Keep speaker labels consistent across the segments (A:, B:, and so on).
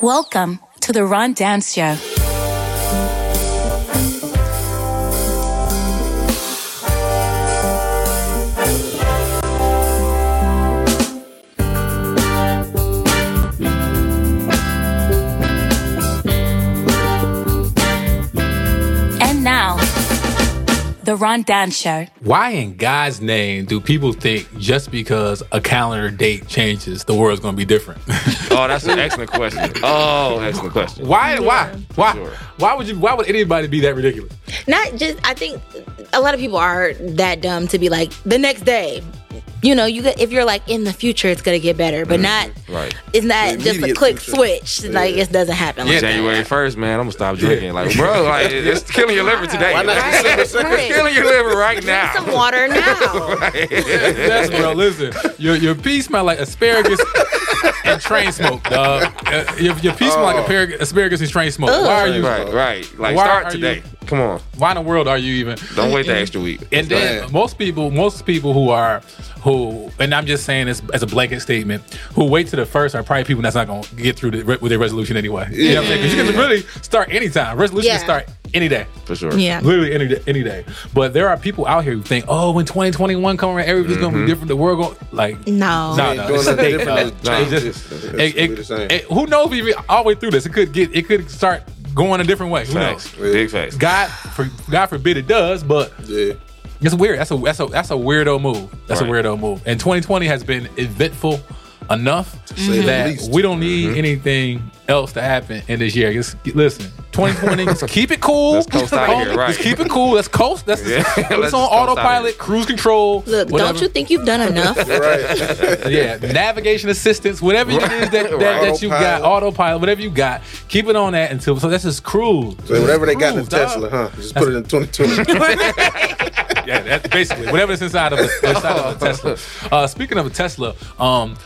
A: Welcome to the Ron Dance Show. And now, the Ron Dance Show.
B: Why in God's name do people think just because a calendar date changes, the world's gonna be different?
C: Oh, that's an excellent question. Oh, excellent question.
B: why? Why? Why?
C: Sure.
B: Why would you? Why would anybody be that ridiculous?
D: Not just. I think a lot of people are that dumb to be like the next day. You know, you could- if you're like in the future, it's gonna get better, but not.
C: Right.
D: It's not just a
E: Mm-hmm. immediate
D: click
E: future.
D: switch. Like it doesn't happen. Like that.
C: January first, man. I'm gonna stop drinking. Like, bro, like it's killing your liver today.
E: Why not December
D: Right.
E: second?
C: It's killing your liver right
D: Drink some
C: now.
D: water now.
B: Yes, bro. Listen, your your pee smell like asparagus and train smoke, dog. Uh, your, your pee smell like asparagus, asparagus and train smoke. Why are you?
C: Oh. Right, right. Like,
B: Why
C: start
B: are you-
C: today. Come on.
B: Why in the world are you even?
C: Don't wait the extra week.
B: And then
E: Right.
B: most people, most people who are who, and I'm just saying this as a blanket statement, who wait to the first are probably people that's not gonna get through the, with their resolution anyway. You know what I'm saying? 'Cause you can really start anytime. Resolution
D: Yeah.
B: can start any day.
C: for sure.
D: yeah.
B: Literally any day, any day, but there are people out here who think, "Oh, when 2021 come around, everything's
C: Mm-hmm.
B: gonna be different. The world going like,
D: No.
B: no,
E: Ain't
B: no,
E: doing
B: it's a
E: nothing
B: thing,
E: different.
B: dog.
E: Nah.
B: It's
E: It's-
B: just,
E: it's
B: it,
E: gonna be the
B: it,
E: same.
B: it- who knows? Even all the way through this, it could get, it could start going a different way. Who
C: Facts.
B: knows?
C: Big facts.
B: God, for, God forbid it does, but
E: Yeah.
B: it's weird. That's a that's a that's a weirdo move. That's a
C: Right.
B: weirdo move. And 2020 has been eventful enough
E: say the
B: that
E: least.
B: we don't need
C: Mm-hmm.
B: anything else to happen in this year. Just listen, 2020, just keep it cool.
C: Let's coast out of here, right.
B: Just keep it cool. Let's coast. That's
C: Yeah,
B: just,
C: let's
B: it's
C: just
B: on
C: coast out of
B: autopilot,
C: here.
B: cruise control.
D: Look,
B: whatever.
D: don't you think you've done enough?
E: Right.
B: yeah, navigation assistance, whatever it is that, that, that you got,
E: Autopilot.
B: autopilot, whatever you got, keep it on that until so that's just cruise.
E: So whatever they got in
B: Cruise,
E: the
B: dog.
E: Tesla, huh? Just put it in 2020.
B: yeah, that's basically whatever's inside of a, inside of a Tesla. Uh, speaking of a Tesla, um,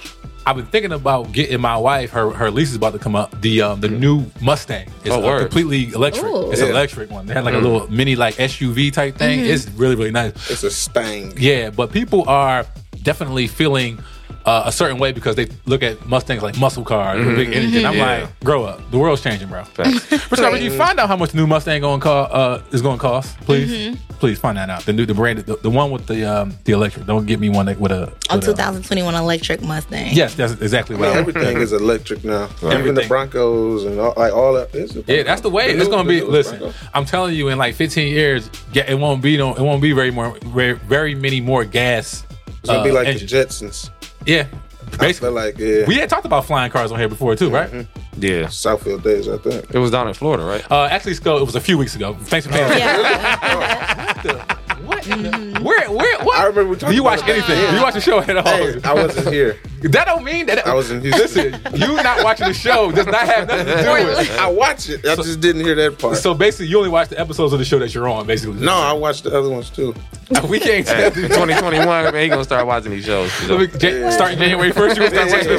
B: I've been thinking about getting my wife. Her her lease is about to come up. The um, the new Mustang is
C: Oh,
B: uh,
C: word. Mm.
B: completely electric.
D: Ooh.
B: It's
E: Yeah.
B: an electric one. They had like a little mini like SUV type thing. It's really really nice.
E: it's a stang.
B: Yeah, but people are definitely feeling uh, a certain way because they look at Mustangs like muscle cars with big energy. And I'm
C: Mm-hmm. Yeah.
B: like, grow up. The world's changing, bro.
C: Facts.
B: First of all, you find out how much the new Mustang going co- uh, is going to cost, please.
C: Mm-hmm.
B: Please find that out. The new, the brand, the, the one with the um, the electric. Don't get me one that with a.
D: A
B: with a-
D: 2021 electric Mustang.
B: Yes, that's exactly what. I want.
E: Everything is electric now. Even the
B: Everything.
E: Broncos and all, like all that. It's a
B: Yeah, that's the way. it's
E: new-
B: gonna be.
E: the new
B: Listen,
E: Bronco.
B: I'm telling you, in like 15 years, ga- it won't be no, it won't be very more, very, very many more gas.
E: It's gonna be like
B: engines.
E: the Jetsons.
B: Yeah,
E: They're
B: basically.
E: like yeah,
B: We had talked about flying cars on here before too, right?
C: Yeah.
E: Southfield days, I think.
C: Mm-hmm. It was down in Florida, right?
B: Uh, actually, Sco, it was a few weeks ago. Thanks for paying.
D: Yeah.
B: What? Where? Where? What?
E: I remember we talked
B: Do you watch
E: about it.
B: anything?
E: Yeah.
B: Do you watch the show at all?
E: Hey, I wasn't here.
B: that don't mean that.
E: I was in Houston.
B: Listen, you not watching the show does not have nothing to do with.
E: I watch it. I just didn't hear that part.
B: it. So basically, you only watch the episodes of the show that you're on. Basically,
E: no, I watched the other ones too.
B: we can't.
C: Hey, 2021, man, he gonna start watching these shows. you know.
B: Jan- starting January first, you gonna start watching the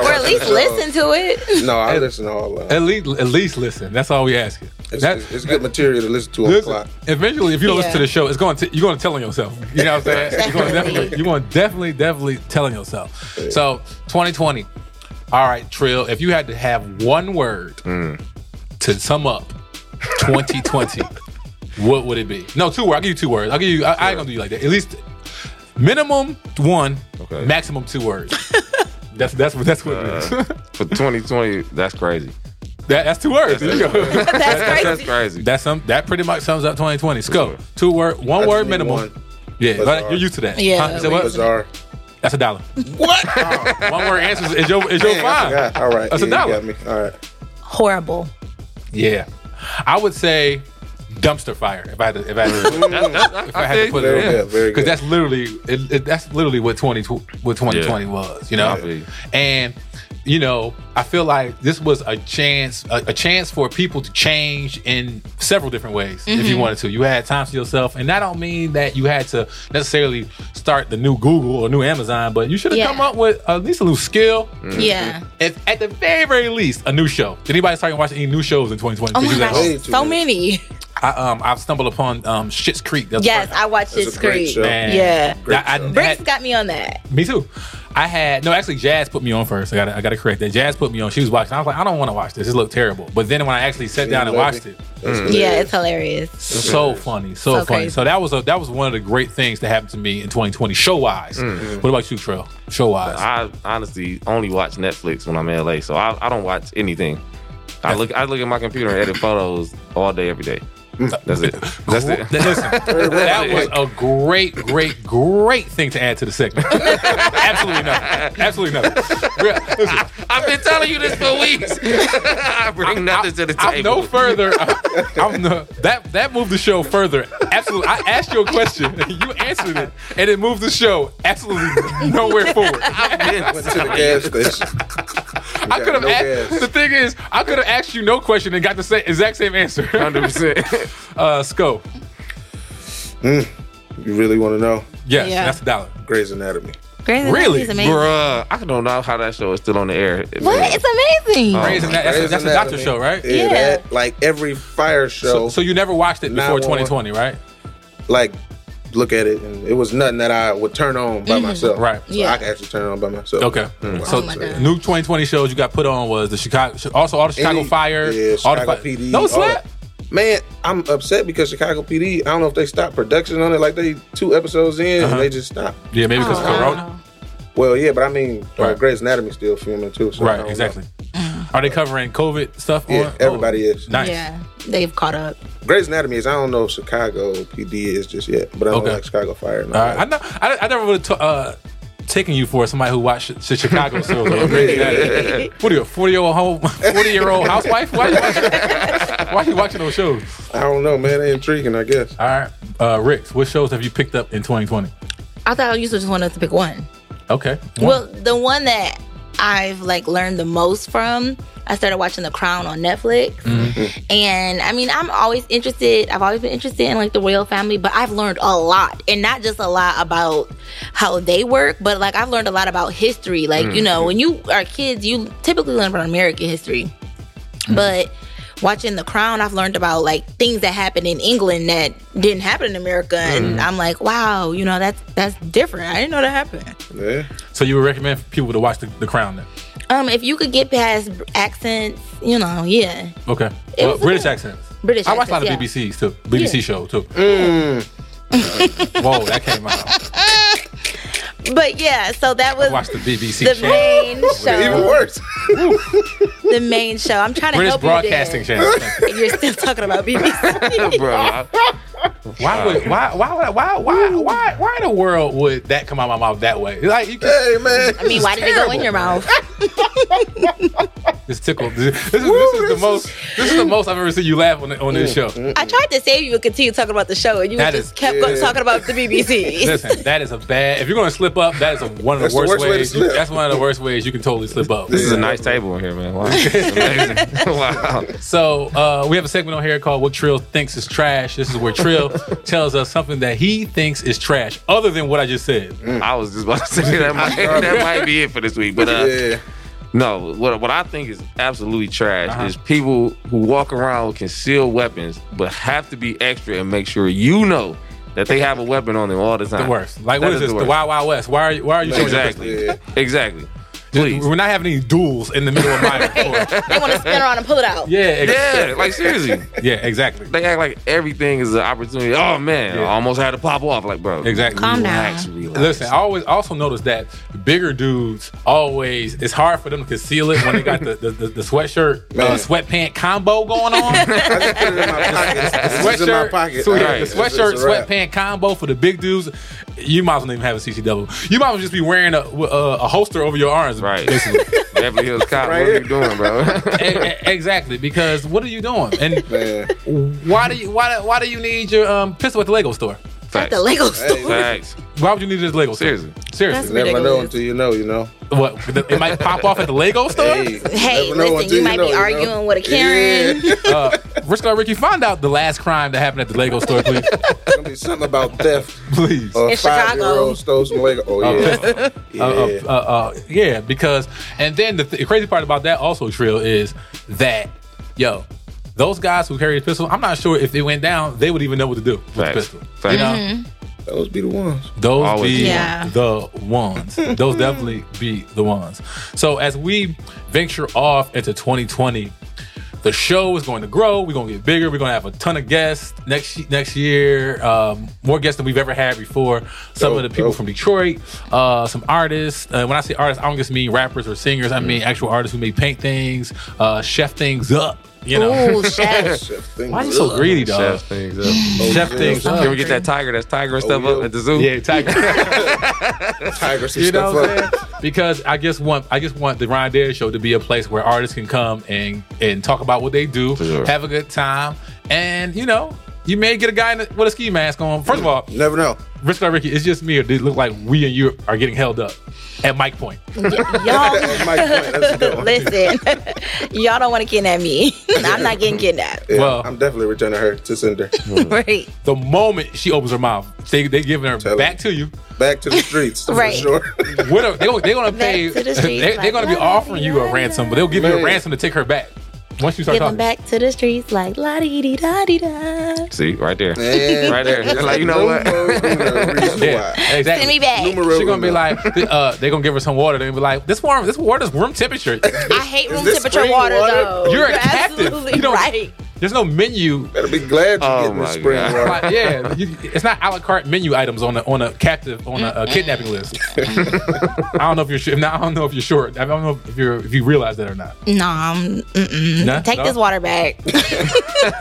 D: or at least listen to it.
E: No, I listen to all of them.
B: At least, at least listen. That's all we ask you.
E: It's,
B: That-
E: it's, it's good material to listen to on the
B: Listen,
E: clock.
B: eventually, if you don't listen to
D: Yeah.
B: the show, it's going. To, you're going to tell on yourself. You know what I'm saying? you're going to
D: Definitely.
B: definitely, you're going to definitely, definitely tell on yourself. So, 2020. All right, Trill. If you had to have one word
C: Mm.
B: to sum up 2020, what would it be? No, two words. I'll give you two words. I'll give you. I, I ain't gonna do you like that. At least minimum one,
C: Okay.
B: maximum two words. that's that's what that's what. it is.
C: For 2020, that's crazy.
B: that, that's two words. There you go.
D: That's crazy.
C: That's crazy.
B: That's some. That pretty much sums up 2020. Scope. Two word. One
E: I
B: word
E: just need
B: minimum.
E: one.
B: Yeah,
E: Bizarre.
B: but you're used to that.
D: Yeah.
B: Huh? You said what?
E: Bizarre.
B: That's a dollar.
E: What? Oh,
B: one word answers is your is your
E: man, I
B: five.
E: forgot. All right.
B: That's a
E: yeah, you
B: dollar.
E: got me. All right.
D: Horrible.
B: Yeah, I would say dumpster fire if I had to if I had to, if I had to put
E: Very
B: it
E: good, very
B: because
E: good.
B: that's literally it, it- that's literally what 20 tw- what 2020
C: Yeah.
B: was. You know,
C: I believe.
B: and you know I feel like this was a chance a, a chance for people to change in several different ways. If
D: Mm-hmm.
B: you wanted to, you had time for yourself, and I don't mean that you had to necessarily start the new Google or new Amazon, but you should have
D: Yeah.
B: come up with at least a new skill.
D: Yeah.
B: If at the very very least a new show. Did anybody start watching any new shows in 2020?
D: Oh
B: Did
D: my
B: you guys-
E: Way
D: gosh,
E: too
D: so
E: many.
D: many.
B: I um I've stumbled upon um Shit's Creek. That's the
D: Yes,
B: first-
D: I watched
E: It's
D: this
E: a great
D: screen.
E: show.
B: Man.
D: Yeah.
B: That- I-
D: Bricks
B: that-
D: got me on that.
B: me too. I had no actually Jazz put me on first. I gotta I gotta correct that. Jazz put me on. She was watching. I was like, I don't want to watch this. This looked terrible. But then when I actually sat down and watched it,
D: Mm.
E: Mm.
D: Yeah, it's hilarious.
B: so
C: Mm.
B: funny, so
D: So
B: funny.
D: crazy.
B: So that was a that was one of the great things that happened to me in 2020, show wise.
C: Mm.
B: What about you, Trail? Show wise.
C: I honestly only watch Netflix when I'm in LA, so I, I don't watch anything. I look I look at my computer and edit photos all day every day. That's it. That's it.
B: Listen, that was a great, great, great thing to add to the segment. Absolutely nothing. Absolutely nothing. Real- Listen,
C: I've been telling you this for weeks. I bring nothing to the table.
B: I'm no further. I'm no, that that moved the show further. Absolutely, I asked you a question, you answered it, and it moved the show absolutely nowhere forward.
C: I've been
E: Went to the gas station.
B: I could have
E: no
B: asked.
E: gas.
B: The thing is, I could have asked you no question and got the same, exact same answer.
C: 100%.
B: Uh, Sco,
E: Mm. You really want to know?
B: yes,
D: Yeah.
B: that's a dollar.
E: Grey's Anatomy.
D: Grey's Anatomy
B: Really?
D: is amazing.
C: Bruh, I don't know how that show is still on the air.
D: What? It's amazing.
B: Grey's Ana- that's, a,
E: Grey's
B: that's a doctor
E: Anatomy.
B: show, right?
E: Yeah.
D: Yeah.
E: that- like every fire show,
B: So, so you never watched it before 2020, right?
E: like look at it, and it was nothing that I would turn on by myself.
B: Right.
E: So
D: Mm-hmm. Yeah.
E: I could actually turn it on by myself. Mm.
B: Okay. So
D: Oh my God.
B: new 2020 shows you got put on was the Chicago, also all the Chicago
E: Any-
B: Fire,
E: yeah,
B: all the
E: Chicago
B: fi-
E: PD,
B: No
E: all
B: slap.
E: Man, I'm upset because Chicago PD. I don't know if they stopped production on it. Like they two episodes in, and they just stopped.
B: Uh-huh. Yeah, maybe because of
D: Oh, wow.
B: Corona.
E: Well, yeah, but I mean, uh,
B: Right.
E: Grey's Anatomy still filming too. So I don't
B: Right,
E: know.
B: exactly. Are they covering COVID stuff?
E: Yeah,
B: on?
E: everybody is.
B: Nice.
D: Yeah, they've caught up.
E: Grey's Anatomy is. I don't know if Chicago PD is just yet, but I know
B: Okay.
E: like Chicago Fire. And
B: All
E: all
B: right. I
E: that.
B: know. I, I never would have uh, taken you for somebody who watched sh- Chicago shows. what are you, a forty-year-old home, forty-year-old housewife? Why are you watching? Why you watching those shows?
E: I don't know, man. They intriguing, I guess.
B: All right, uh, Ricks. What shows have you picked up in 2020?
D: I thought you just wanted to pick one.
B: Okay.
D: Well, the one that I've like learned the most from, I started watching The Crown on Netflix. And I mean, I'm always interested. I've always been interested in like the royal family, but I've learned a lot, and not just a lot about how they work, but like I've learned a lot about history. Like you
B: Mm-hmm.
D: know, when you are kids, you typically learn about American history,
B: Mm-hmm.
D: but watching The Crown, I've learned about like things that happened in England that didn't happen in America,
B: Mm-hmm.
D: and I'm like, wow, you know, that's that's different. I didn't know that happened.
E: Yeah.
B: so you would recommend people to watch The, the Crown then?
D: Um, if you could get past accents, you know, yeah,
B: Okay.
D: It
B: Well,
D: was
B: British
D: good.
B: accents.
D: British.
B: I watch a lot of
D: accents,
B: BBCs too. BBC show too.
E: Mm.
B: Whoa, that came out.
D: yeah. But yeah, so that was
B: Watch the BBC
D: the
B: channel.
D: main
E: Even
D: show.
E: worse.
D: The main show. I'm trying to
B: British
D: help
B: Broadcasting
D: you
B: Channel.
D: there. You're still talking about BBC.
C: Bruh, I-
B: Why would why why would I- why why why why in the world would that come out of my mouth that way? Like you just,
E: Hey, man.
D: I mean, why did it go in your mouth?
B: just tickled. This is, this is the most this is the most I've ever seen you laugh on, the- on
C: Mm,
B: this show.
D: I tried to save you and continue talking about the show, and you
B: That
D: just
B: is-
D: kept
E: Yeah.
D: talking about the BBC.
B: Listen, that is a bad. If you're gonna slip up, that is a, one of the
E: That's the
B: worst,
E: worst way to
B: ways.
E: slip.
B: that's one of the worst ways you can totally slip up.
C: this is a nice table in here, man. Wow. Amazing. wow.
B: So uh, we have a segment on here called "What Trill Thinks Is Trash." This is where Trill tells us something that he thinks is trash, other than what I just said.
C: Mm. I was just about to say that might, that might be it for this week. But uh,
E: Yeah.
C: no, what, what I think is absolutely trash
B: Uh-huh.
C: is people who walk around with concealed weapons but have to be extra and make sure you know that they have a weapon on them all the time.
B: The worst. Like
C: That
B: what is this? The,
C: worst.
B: Wild Wild West? Why are you? Why are you? showing your pistol?
C: Exactly.
E: Yeah.
C: Exactly. Please.
B: We're not having any duels in the middle of my report.
D: they want to spin around and pull it out.
B: Yeah, ex-
C: Yeah, like seriously.
B: yeah, exactly.
C: They act like everything is an opportunity. Oh man,
B: Yeah.
C: I almost had to pop off. Like, bro,
B: Exactly.
D: Calm
C: Relax,
D: down.
C: relax.
B: Listen, I always also notice that bigger dudes always it's hard for them to conceal it when they got the the, the, the sweatshirt uh,
E: Man.
B: sweatpant combo going on.
E: I just put it in my pocket. This is in my
B: sweatshirt,
E: pocket.
B: so, yeah,
E: All right.
B: the
E: It's- it's
B: sweatshirt
E: a wrap.
B: sweatpant combo for the big dudes. You might as well not even have a CCW. You might as well just be wearing a a, a holster over your arms,
C: right?
B: basically.
C: Beverly Hills
E: Right
C: Cop, what are
E: here.
C: you doing, bro?
B: E- e- exactly, because what are you doing? And
E: Man.
B: why do you why do- why do you need your um, pistol at the Lego store?
D: At
C: Facts.
D: the Lego store.
C: Facts.
B: Why would you need it at the Lego store?
C: Seriously.
B: Seriously.
E: You never know
D: Ridiculous.
E: until you know, you know.
B: What? the- It might pop off at the Lego store.
E: Hey,
D: Hey,
E: never know
D: listen,
E: until
D: you might
E: know,
D: be
E: know.
D: arguing with a Karen.
E: Yeah.
B: Uh, Rich Guy Ricky, find out the last crime that happened at the Lego store, please.
E: It's gonna be something about theft.
B: please.
E: Uh,
D: In
E: five year
D: Chicago.
E: old stole some Lego. Oh yeah, yeah.
B: Uh, uh, uh, uh, yeah, because and then the, th- crazy part about that also Trill is that yo, those guys who carry a pistol, I'm not sure if they went down, they would even know what to do with the
C: Facts.
B: pistol.
C: Facts.
B: You know,
E: Those be the ones.
B: Those
C: Always.
B: be
D: Mm-hmm. Yeah.
B: the ones. Those definitely be the ones. So as we venture off into 2020, the show is going to grow. We're going to get bigger. We're going to have a ton of guests next next year. Um, more guests than we've ever had before. Some
E: Dope,
B: of the people
E: dope.
B: from Detroit, uh, some artists. Uh, when I say artists, I don't just mean rappers or singers. I mean actual artists who may paint things, uh, chef things up. You know,
D: Ooh, chef.
E: Chef things
B: why are you so
E: up.
B: greedy, dog?
C: Chef things up.
E: Oh,
B: Chef
E: yeah. Oh,
B: things up.
C: Can we get that tiger? That's tiger and stuff
E: yeah.
C: up at the zoo.
B: Yeah, tiger.
E: Tiger some
B: You know
E: stuff
B: what
E: up.
B: I'm saying? Because I just want I just want the Ron Dare show to be a place where artists can come and and talk about what they do,
C: sure.
B: have a good time, and you know. You may get a guy in a, with a ski mask on. First of all,
E: Never know.
B: Rich by Ricky, it's just me or did it look like we and you are getting held up at mic point?
D: y'all.
E: Mike Point, that's a good one.
D: Listen, y'all don't want to kidnap me. I'm not getting kidnapped.
E: Yeah,
B: Well-
E: I'm definitely returning her to sender.
D: Right.
B: The moment she opens her mouth, they they giving her
E: Tell
B: back
E: her.
B: to you.
E: Oh. Back to the streets,
D: Right.
E: for sure.
B: What are, they they gonna pay?
D: to the
B: they,
D: streets,
B: they're
D: like,
B: gonna be
D: la, la,
B: offering you
D: la,
B: a
D: la.
B: ransom, but they'll give you a
E: Man.
B: ransom to take her back once you start
D: Give them
B: talking.
D: back to the streets like la dee dee da dee da.
C: See, right there.
E: And
C: Right there.
E: it's
C: Like, you know what?
E: numero uno reason
B: Yeah,
E: why.
B: exactly.
D: Send me back.
E: Numero
B: She gonna be
E: uno.
B: like, th- uh, they gonna give her some water. They gonna be like, this warm, this water's room temperature.
D: I hate room
E: this
D: temperature
E: spring
D: water,
E: water?
D: though.
B: You're a captive.
D: absolutely
B: You don't-
D: right.
B: There's no menu.
E: Better be glad you're
C: Oh
E: getting the
C: my
E: spring
C: God.
E: water.
B: Like, yeah, you, it's not a la carte menu items on a on a captive on a, uh kidnapping list. I don't know if you're. sh- Now I don't know if you're short. I don't know if you're if you realize that or not.
D: Nah, I'm- mm-mm.
B: Nah,
D: Take
B: nah.
D: this water back.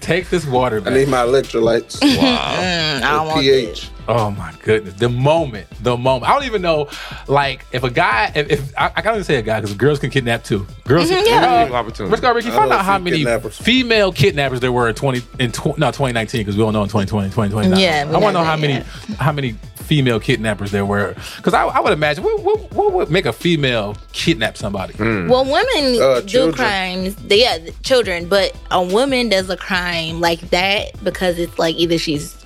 B: Take this water
E: I
B: back.
E: need my electrolytes. Mm,
D: Mm, I don't want this.
E: pH.
B: Oh my goodness! The moment, the moment. I don't even know, like, if a guy, if, if I, I can't even say a guy because girls can kidnap too. Girls, can,
D: yeah.
B: Uh,
C: Equal opportunity.
B: Rich Guy Ricky,
E: I
B: find
E: love
B: out how
E: few
B: many
E: kidnappers.
B: female kidnappers there were in twenty in tw- no twenty nineteen because we don't know in 2020, 2029.
D: Yeah,
B: I
D: we
B: want to
D: don't
B: know
D: know
B: how many
D: yet.
B: how many female kidnappers there were because I, I would imagine what, what, what would make a female kidnap somebody?
D: Well, women
E: Uh,
D: do
E: children.
D: crimes. They yeah, th- children, but a woman does a crime like that because it's like either she's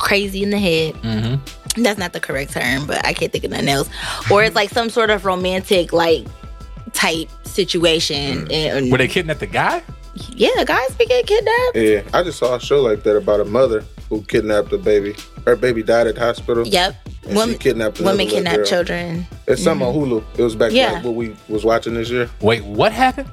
D: crazy in the head.
B: Mm-hmm.
D: That's not the correct term, but I can't think of nothing else. Or it's like some sort of romantic like type situation.
E: Hmm.
D: And,
B: Were they kidnapped the guy?
D: yeah, guys be getting kidnapped.
E: Yeah, I just saw a show like that about a mother who kidnapped a baby. Her baby died at the hospital.
D: Yep.
E: And she kidnapped another
D: women
E: little
D: kidnap
E: girl.
D: children. Mm-hmm.
E: It's something on Hulu. It was back
D: Yeah.
E: like what we was watching this year.
B: Wait, what happened?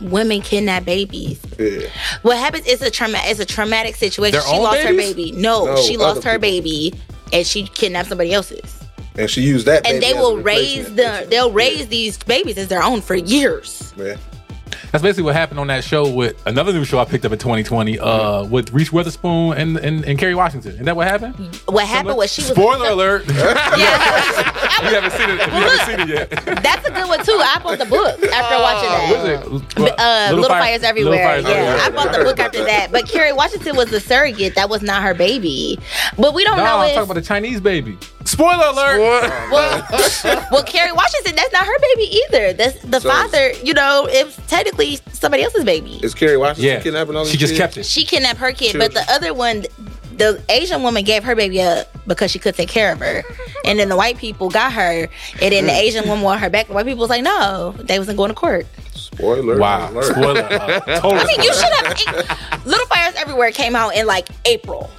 D: Women kidnap babies.
E: Yeah.
D: What happens is a trauma. It's a traumatic situation.
B: Their
D: she
B: own
D: lost her
B: babies?
D: baby. No,
E: No,
D: she lost
E: other
D: her
E: people.
D: baby, and she kidnapped somebody else's.
E: And she used that
D: and
E: baby
D: they
E: as a
D: will raise
E: replacement.
D: the they'll raise these babies as their own for years.
E: Yeah.
B: That's basically what happened on that show with another new show I picked up in 2020 uh,
C: Mm-hmm.
B: with Reese Witherspoon and, and and Kerry Washington. Isn't that what happened?
D: What happened was Mm-hmm. Oh, she was
B: Spoiler alert! you
D: Yeah,
B: haven't seen it. You
D: look.
B: haven't seen it yet.
D: that's a good one too. I bought the book after
E: Oh.
D: watching that.
B: What is it?
D: Uh, little,
B: Fire-
D: fires everywhere.
B: Fires
D: yeah,
B: Everywhere.
D: I bought the book after that. But Carrie Washington was the surrogate. That was not her baby. But we don't
B: No,
D: know
B: I'm
D: if
B: talking about the Chinese baby. Spoiler alert!
D: well, well, Carrie Washington. That's not her baby either. That's the
E: So-
D: father. You know, it's technically somebody else's baby.
E: Is Carrie Washington
B: Yeah,
E: kidnapping all these
B: she just
E: kids?
B: kept it.
D: she kidnapped her kid, but
E: Children.
D: the other one, the Asian woman gave her baby up because she couldn't take care of her, and then the white people got her, and
E: Mm.
D: then the Asian woman wanted her back. The white people was like, no, they wasn't going to court.
E: Spoiler
B: Wow,
E: alert.
B: spoiler! Uh, total
D: I mean,
B: spoiler.
D: you should have. Little Fires Everywhere came out in like April.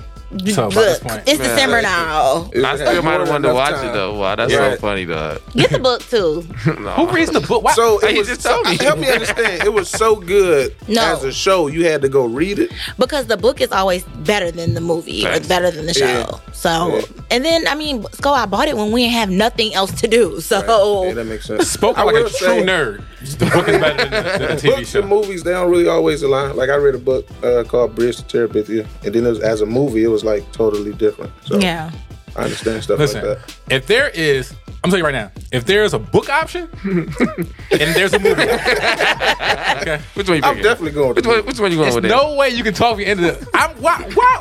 B: So, by this
D: Look,
B: point-
D: it's
E: Man.
D: December now.
E: It
C: I
E: had
C: still might
E: more
C: have
E: than
C: wanted to
E: enough
C: watch it
E: time.
C: though. Wow, that's so
E: Yeah.
C: funny, dog.
D: Get the book too.
B: Who reads the book? Why?
E: So it
C: You
E: was
C: just
E: so,
C: told me.
E: help me understand. It was so good
D: No.
E: as a show. You had to go read it.
D: because the book is always better than the movie or
C: Facts.
D: better than the show.
E: Yeah.
D: So,
E: Yeah.
D: and then I mean, Sco, I bought it when we didn't have nothing else to do. So,
E: Yeah, that makes sense.
B: spoken
E: I
B: like a
E: will
B: true
E: say-
B: nerd. The book is better than the, than the TV
E: Books
B: show.
E: and movies they don't really always align. Like I read a book uh, called Bridge to Terabithia, and then it was, as a movie, it was like totally different. So
D: yeah.
E: I understand stuff
B: Listen,
E: like that.
B: if there is, I'm telling you right now, if there is a book option and there's a movie, okay,
C: Which one you
E: I'm
C: picking?
E: definitely going.
C: Which
E: To
C: one? Which one you going
B: there's
C: with?
B: no way you can talk me into the. I'm why? Why?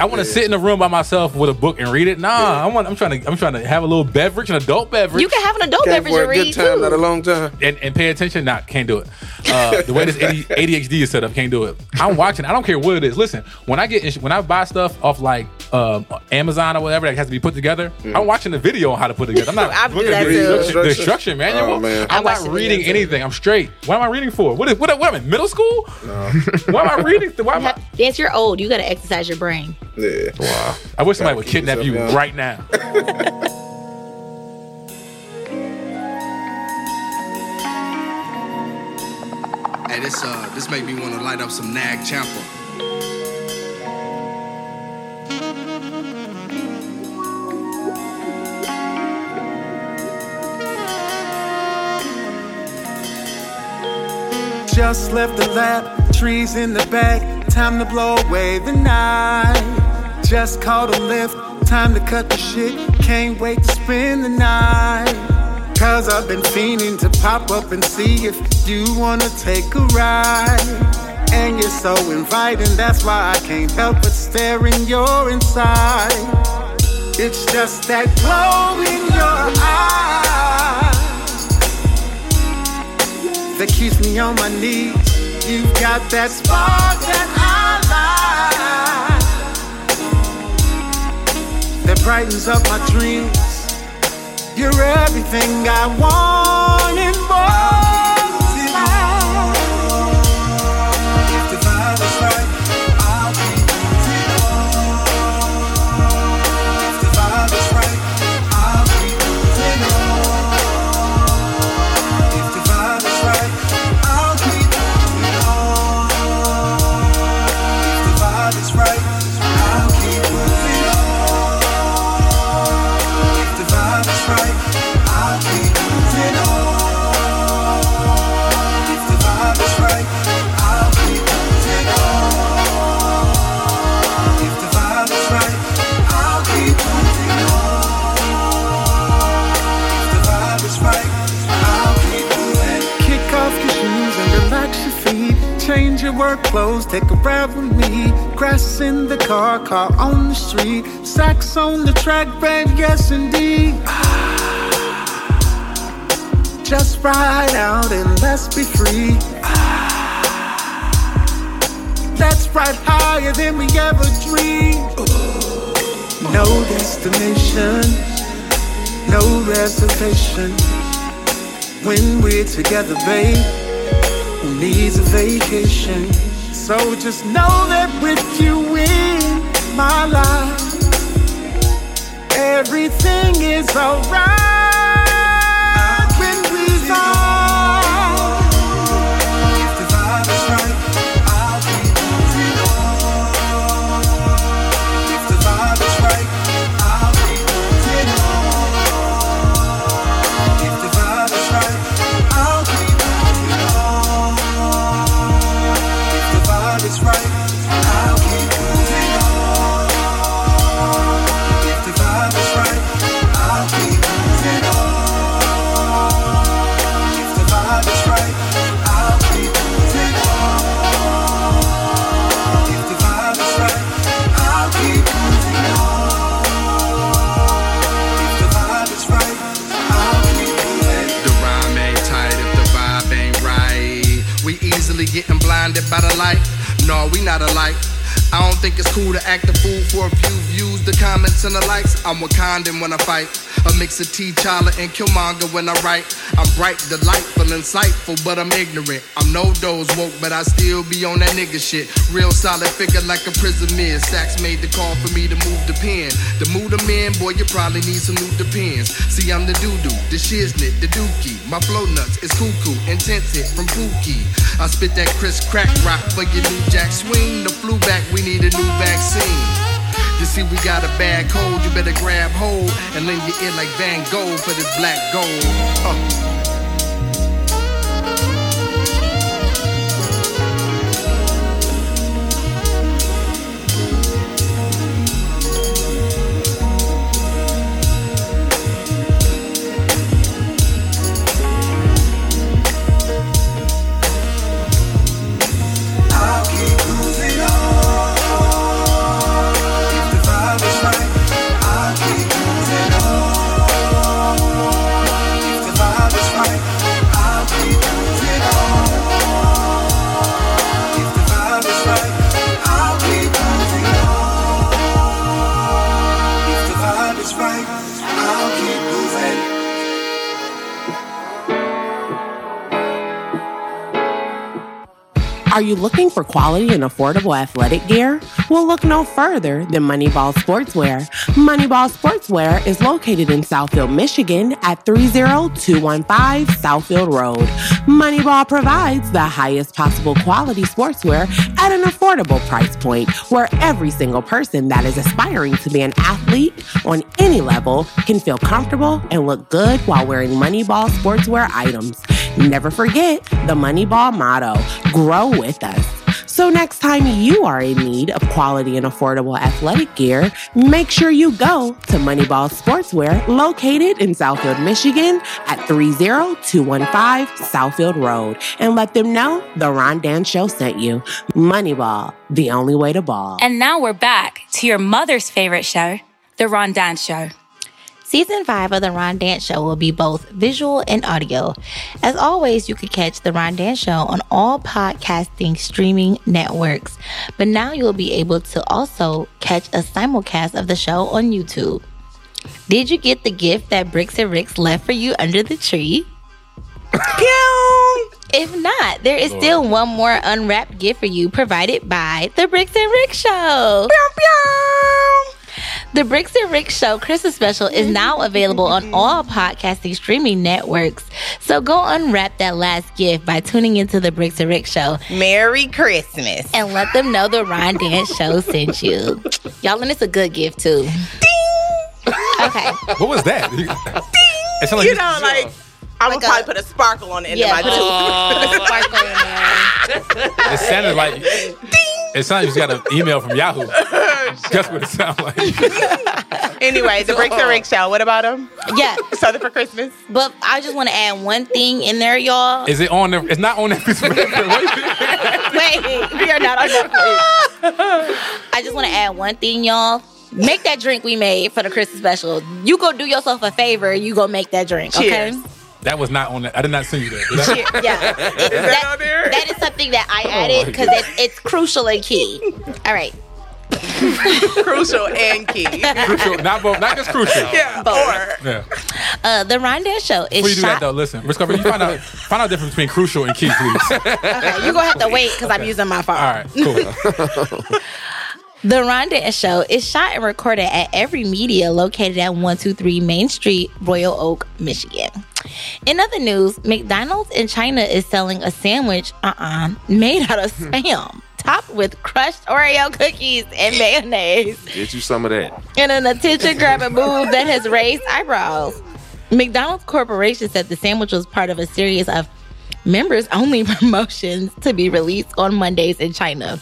B: I want to sit in a room by myself with a book and read it. Nah, I want. I'm trying to. I'm trying to have a little beverage, an adult beverage.
D: You can have an adult
E: Came
D: beverage
E: for
D: to
E: a good
D: read
E: time,
D: too.
E: not a long time.
B: and, and pay attention? Nah, can't do it. Uh, the way this AD, ADHD is set up, can't do it. I'm watching. I don't care what it is. Listen, when I get ins-
E: Mm.
B: when I buy stuff off like um, Amazon or whatever that has to be put together, I'm watching the video on how to put it because I'm not
D: I do
B: looking
D: that
B: at
D: too.
B: the instruction, the instruction manual.
E: Oh, man.
D: I
B: I'm
D: watch
B: not
D: the
B: reading
D: videos, too.
B: anything. I'm straight. What am I reading for? What, is, what, what am I in middle school?
E: No.
B: Why am I reading? Why am I?
D: Have- Dance, you're old. You got to exercise your brain.
E: Yeah.
B: I wish somebody would
E: keep
B: kidnap
E: yourself
B: you
E: young.
B: right now.
F: Hey, this uh, this make me want to light up some Nag Champa.
G: Just left the lab, trees in the back, time to blow away the night. Just called a lift, time to cut the shit, can't wait to spend the night. Cause I've been fiending to pop up and see if you wanna take a ride. And you're so inviting, that's why I can't help but stare in your inside. It's just that glow in your eye that keeps me on my knees. You've got that spark that I like, that brightens up my dreams. You're everything I want and more. to life. If the vibe is right, I'll be losing all. If the vibe is right, I'll be losing all. If the vibe is right, I'll keep moving on. If the vibe is right, I'll keep moving on. If the vibe is right, I'll keep moving on. If the vibe is right, I'll keep moving on. If the vibe is right, I'll keep moving on. If the vibe is right, I'll keep moving. Kick off your shoes and relax your feet. Change your work clothes, take a ride with me. Grass in the car, car on the street. Sax on the track, babe, yes indeed. Just ride out and let's be free. Let's ride higher than we ever dreamed. No destination no reservation. When we're together, babe, who needs a vacation? So just know that with you in my life, everything is alright when we are. If the vibe is right, I'll be moving on. If the vibe is right, I'll be moving on. If the vibe is right, I'll be moving on. If the vibe is right, I'll keep moving on. If the vibe is right, I'll keep moving on. If the vibe is right, I'll keep moving on. If the vibe is right, I'll keep moving on. If the vibe is right, I'll keep moving.
F: If the rhyme ain't tight, if the vibe ain't right, we easily getting blinded by the light. No, we not alike. I don't think it's cool to act a fool for a few views, the comments and the likes. I'm Wakandan when I fight. A mix of T. Chala and Killmonger when I write. I'm bright, delightful, insightful, but I'm ignorant. I'm no those woke, but I still be on that nigga shit. Real solid figure like a prison man. Sacks made the call for me to move the pen. To move the man, boy, you probably need some new depends. See, I'm the doo-doo, the shiznit, the dookie. My flow nuts is cuckoo, intense hit from Pookie. I spit that Chris Crack rock for your new jack swing. The flu back, we need a new vaccine. You see, we got a bad cold, you better grab hold and lend your ear like Van Gogh for this black gold. Uh.
G: I'll keep moving on. If the vibe is right, I'll keep moving on. If the vibe is right, I'll keep moving on. If the vibe is right, I'll keep moving on. If the vibe is right, I'll keep moving
H: Are you looking for quality and affordable athletic gear? Well, look no further than Moneyball Sportswear. Moneyball Sportswear is located in Southfield, Michigan at 30215 Southfield Road. Moneyball provides the highest possible quality sportswear at an affordable price point where every single person that is aspiring to be an athlete on any level can feel comfortable and look good while wearing Moneyball sportswear items. Never forget the Moneyball motto grow with us. So, next time you are in need of quality and affordable athletic gear, make sure you go to Moneyball Sportswear, located in Southfield, Michigan at 30215 Southfield Road, and let them know the Ron Dan Show sent you. Moneyball, the only way to ball.
A: And now we're back to your mother's favorite show, The Ron Dance Show.
D: Season 5 of The Ron Dance Show will be both visual and audio. As always, you can catch The Ron Dance Show on all podcasting streaming networks, but now you'll be able to also catch a simulcast of the show on YouTube. Did you get the gift that Bricks and Ricks left for you under the tree? If not, there is still one more unwrapped gift for you provided by The Bricks and Rick Show. The Bricks and Rick Show Christmas special is now available on all podcasting streaming networks. So go unwrap that last gift by tuning into The Bricks and Rick Show
G: Merry Christmas.
D: and let them know the Ron Dance Show sent you. Y'all, and it's a good gift too. Okay.
B: What was that? It sounded like
G: You know, like I would
D: Like a-
G: probably put a sparkle on the end
D: Yeah.
G: of my tooth.
D: Sparkle in there.
B: It sounded like it sounded like you got an email from Yahoo. That's what it sounded like.
G: Anyway, the bricks and rick show. What about them?
D: Yeah.
G: Southern for Christmas.
D: But I just want to add one thing in there, y'all.
B: Is it on the? It's not on that piece of paper.
D: Wait.
G: We are not on
D: I just want to add one thing, y'all. Make that drink we made for the Christmas special. You go do yourself a favor. You go make that drink.
G: Cheers.
D: Okay.
B: That was not on that. I did not send you that. Did I?
D: Yeah.
G: that on there?
D: that is something that
B: Oh
D: I added because it, it's crucial and key. All right.
G: Crucial and key.
B: Crucial, not both, not just crucial.
G: Yeah. Or
B: Yeah.
D: Uh, the Rondell Show
B: Before you
D: is
B: do that
D: shot.
B: though, listen, Riscover, you find out find out the difference between crucial and key, please.
D: Okay, You're going to have to wait because I'm using my phone.
B: All right, cool.
D: The Rondell Show is shot and recorded at Every Media located at 123 Main Street, Royal Oak, Michigan. In other news, McDonald's in China is selling a sandwich uh-uh, made out of spam, topped with crushed Oreo cookies and mayonnaise.
C: Get you some of that.
D: in an attention grabbing move that has raised eyebrows. McDonald's Corporation said the sandwich was part of a series of members only promotions to be released on Mondays in China.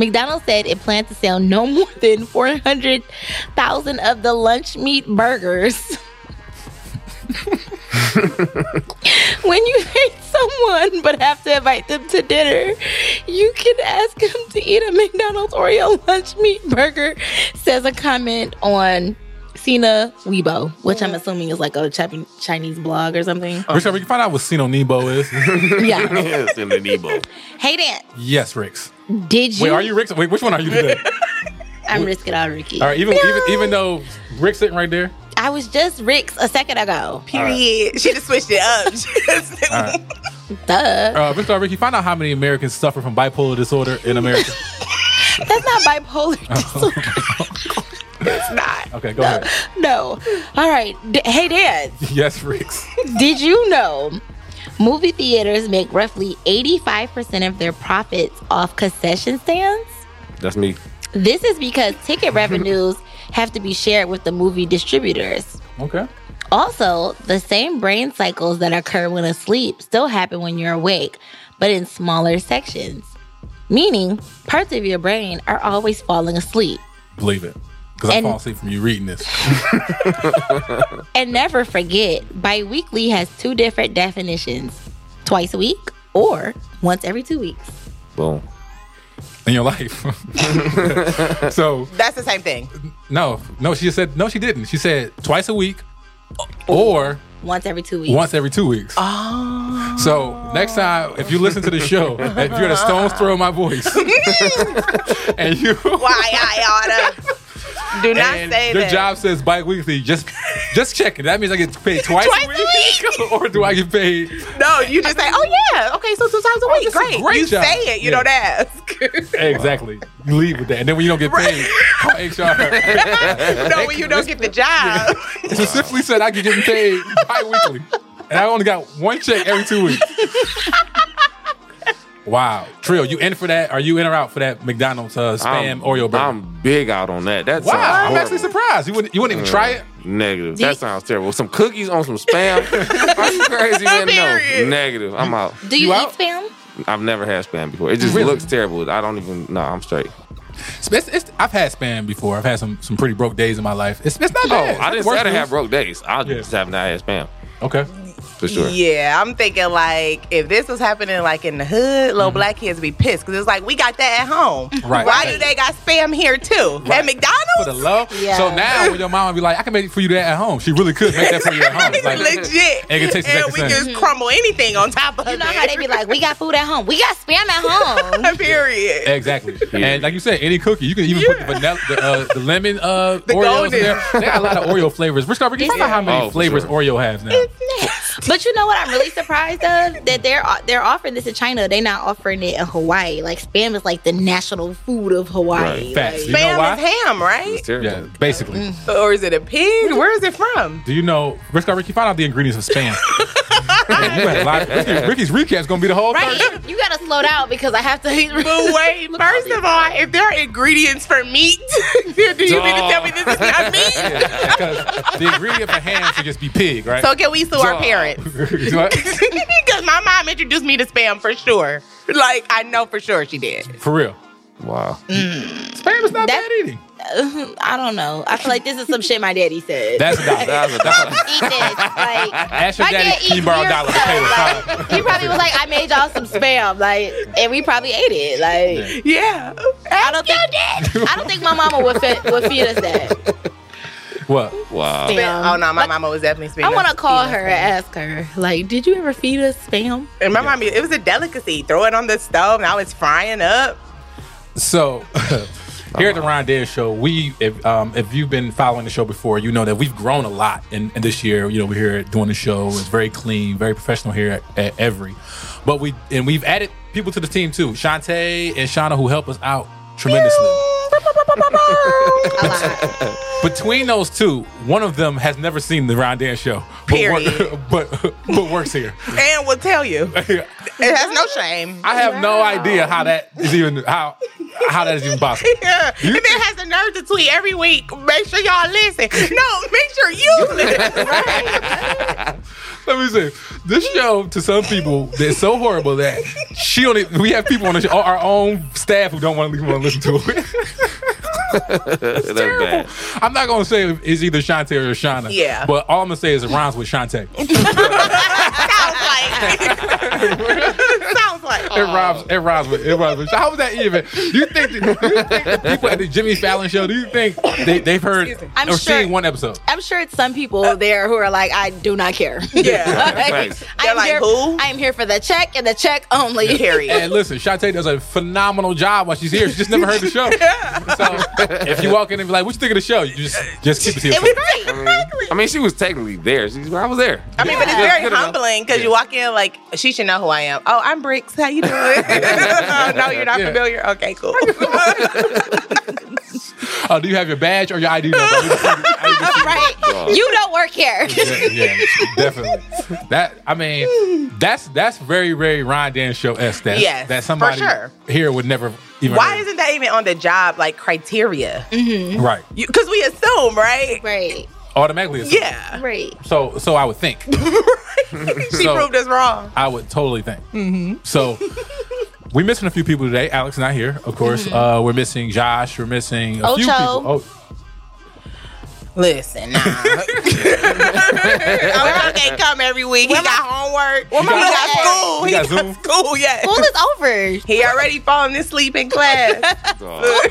D: McDonald's said it planned to sell no more than 400,000 of the lunch meat burgers. when you hate someone but have to invite them to dinner, you can ask them to eat a McDonald's Oreo lunch meat burger, says a comment on Sina Weibo, which
B: Mm.
D: I'm assuming is like a Chap- Chinese blog or something.
B: Riscover, you can find out what Sino Nebo is.
D: Yeah.
C: Yes, in the Nebo.
D: Hey, Dan,
B: yes, Ricks.
D: did you?
B: Wait, are you Ricks? Wait, which one are you today?
D: I'm risking all Ricky.
B: All right, even even even though Rick's sitting right there.
D: I was just Rick's a second ago.
G: period. She just switched it up. She just-
B: All right.
D: Duh.
B: Uh, Riscover, Ricky, find out how many Americans suffer from bipolar disorder in America.
D: That's not
B: Oh
D: bipolar disorder.
G: it's not.
B: Okay, go ahead.
D: No. All right. D- hey, Dan,
B: Yes, Ricks.
D: did you know movie theaters make roughly 85% of their profits off concession stands?
C: That's me.
D: This is because ticket revenues have to be shared with the movie distributors.
B: Okay.
D: Also, the same brain cycles that occur when asleep still happen when you're awake, but in smaller sections. Meaning, parts of your brain are always falling asleep.
B: Believe it. Because I
D: And-
B: fall asleep from you reading this.
D: And never forget, bi weekly has two different definitions twice a week or once every two weeks.
C: Boom.
B: in your life. so
G: That's the same thing.
B: no, no, she said no, she didn't. She said twice a week or
D: Once every two weeks.
B: once every two weeks. Oh. So next time, if you listen to the show, if you're at a stone's throw of my voice, and you
G: Why I oughta. Do not
B: and
G: say
B: your
G: that.
B: job says bi-weekly, just just check it. That means I get paid twice,
G: Twice
B: a
G: a
B: week, or do I get paid
H: no,
G: no,
H: you just say, oh yeah, okay, so two times a week,
B: that's a
H: great.
B: great
H: You
B: job.
H: say it, you
B: Yeah.
H: don't ask.
B: Exactly. You leave with that, and then when you don't get paid, call HR
H: no, when you don't get the job.
B: specifically said I could get paid bi-weekly, and I only got one check every two weeks. Wow, Trill, you in for that? Are you in or out for that McDonald's uh, spam
C: I'm,
B: Oreo burger?
C: I'm big out on that. That
B: wow,
C: sounds
B: I'm
C: horrible.
B: actually surprised. You wouldn't, you wouldn't even try it.
C: Negative.
D: Do you-
C: That sounds terrible. Some cookies on some spam. Are you crazy, man? No.
H: Period.
C: Negative. I'm out.
D: Do you,
B: You
D: eat
B: out?
D: spam?
C: I've never had spam before. It just
B: Really?
C: looks terrible. I don't even. No, I'm straight.
B: It's, it's, I've had spam before. I've had some some pretty broke days in my life. It's, it's not
C: Oh,
B: bad.
C: I didn't say I didn't have broke days. I
B: Yeah.
C: just have not had spam
B: Okay,
C: for sure.
H: Yeah, I'm thinking like if this was happening like in the hood, little black kids be pissed because it's like we got that at home.
B: Mm-hmm. Right.
H: Why do they got spam here too at
B: for the
H: McDonald's?
B: love.
D: Yeah.
B: So now when your mom be like, I can make it for you that at home. She really could make that for you at home. It's like,
H: Legit.
B: Egg and Texas
H: and
B: Texas
H: we
B: Texas.
H: just crumble anything on top of
D: You know how they
H: it.
D: be like, we got food at home. We got spam at home.
H: Period.
B: Exactly, and like you said, any cookie you can even put the vanilla, the, uh, the lemon uh, Oreos in
H: golden.
B: there. They got a lot of Oreo flavors. Rich Carver, can you find out how
C: Oh,
B: many
C: for
B: flavors
C: sure.
B: Oreo has now?
D: but you know what I'm really surprised of that they're they're offering this in China. They're not offering it in Hawaii. Like spam is like the national food of
C: Right.
D: Hawaii. Like,
B: Facts. You know
H: Spam is
B: why?
H: ham, right?
C: It's terrible.
B: Yeah, basically.
H: Or is it a pig? Where is it from?
B: Do you know, Rich Carver? Can you find out the ingredients of spam? Man, you had a lot of- Ricky's, Ricky's recap's gonna be the whole
D: right?
B: thing.
D: You, you gotta slow down because I have to.
H: But wait, first of all, if there are ingredients for meat, do you mean to tell me this is not meat?
B: Because the ingredient for ham should just be pig, right?
H: So can we sue our parents?
B: What?
H: Because my mom introduced me to spam for sure. Like I know for sure she did.
B: For real.
C: Wow.
D: Mm.
B: Spam is
D: That-
B: not bad eating.
D: I don't know. I feel like this is some shit my daddy said.
B: That's a dollar.
C: That was a dollar.
D: Eat this. Like,
B: Ask your
D: my
B: daddy,
D: dad
B: can you
D: eats
B: borrow a
D: weird
B: dollar?
D: stuff,
B: Potato,
D: like,
B: fine.
D: he probably was like, I made y'all some spam, like, and we probably ate it. Like,
H: Yeah.
D: I don't think I don't think my mama would fit, would feed us that.
B: What?
C: Wow.
D: Spam.
H: oh no, my mama was definitely spam.
D: I want to call her and ask her, like, did you ever feed us spam?
H: And my mom, it was a delicacy. Throw it on the stove. Now it's frying up.
B: So, here at the Ron Dare Show, we if um, if you've been following the show before, you know that we've grown a lot in, in this year. You know, we're here doing the show. It's very clean, very professional here at, at Every. But we and we've added people to the team too, Shantae and Shauna, who help us out tremendously.
D: A lot.
B: Between those two, one of them has never seen the Ron Dare Show, but,
H: Period.
B: but but works here.
H: And will tell you. It has no shame.
B: I have no idea how that is even how how that is even possible.
H: Yeah. And then has the nerve to tweet every week. Make sure y'all listen. No, make sure you listen.
B: Let me say, this show to some people is so horrible that she don't. even- We have people on the show, our own staff who don't want to leave want to listen to it.
C: That's bad.
B: I'm not gonna say it's either Shantae or Shauna.
H: Yeah.
B: But all I'm gonna say is it rhymes with Shantae. It
H: Sounds like. Sounds like.
B: rhymes. It rhymes with. It rhymes with. How was that even? You think? The, you think the people at the Jimmy Fallon show? Do you think they, they've heard
D: I'm
B: or
D: sure-
B: seen one episode?
D: I'm sure it's some people there who are like, I do not care.
H: Uh, Yeah.
D: Like,
C: Thanks.
D: I
H: They're
D: am
H: like,
D: here,
H: who?
D: I am here for the check and the check only.
H: Period.
B: And listen, Shantae does a phenomenal job while she's here. She just never heard the show. So if you walk in and be like, "What you think of the show?" You just just keep it to
D: It
B: yourself.
D: was great.
C: I mean, she was technically there. She's, I was there.
H: I mean, but it's
C: Yeah.
H: very
C: Good enough.
H: humbling because you walk in like she should know who I am. Oh, I'm Bricks. How you doing? oh, no, you're not
B: Yeah.
H: familiar. Okay, cool.
B: Oh, do you have your badge or your ID number? I need to see- I need to see-
D: right.
C: God.
D: You don't work here.
B: yeah, yeah, definitely. That I mean, that's that's very very Ron Dan show esque. That
H: Yes,
B: that
H: for
B: somebody
H: sure.
B: here would never even.
H: Why isn't that even on the job like criteria?
B: it right?
H: Because we assume, right?
D: Mm-hmm. right.
B: Automatically, it's-
H: Yeah.
D: Right.
B: So so I would think.
H: She
B: So-
H: proved us wrong.
B: I would totally think.
D: Mm-hmm.
B: So we're missing a few people today. Alex not here, of course. Uh, we're missing Josh. We're missing a
D: Ocho.
B: few people. Oh,
H: Listen, nah. I can't come every week. He got homework. he
D: mama
H: got
D: at?
H: school.
B: We
H: He
B: got
H: got
B: Zoom.
H: school. Yeah.
D: School is over.
H: He already falling asleep in class.
C: Oh,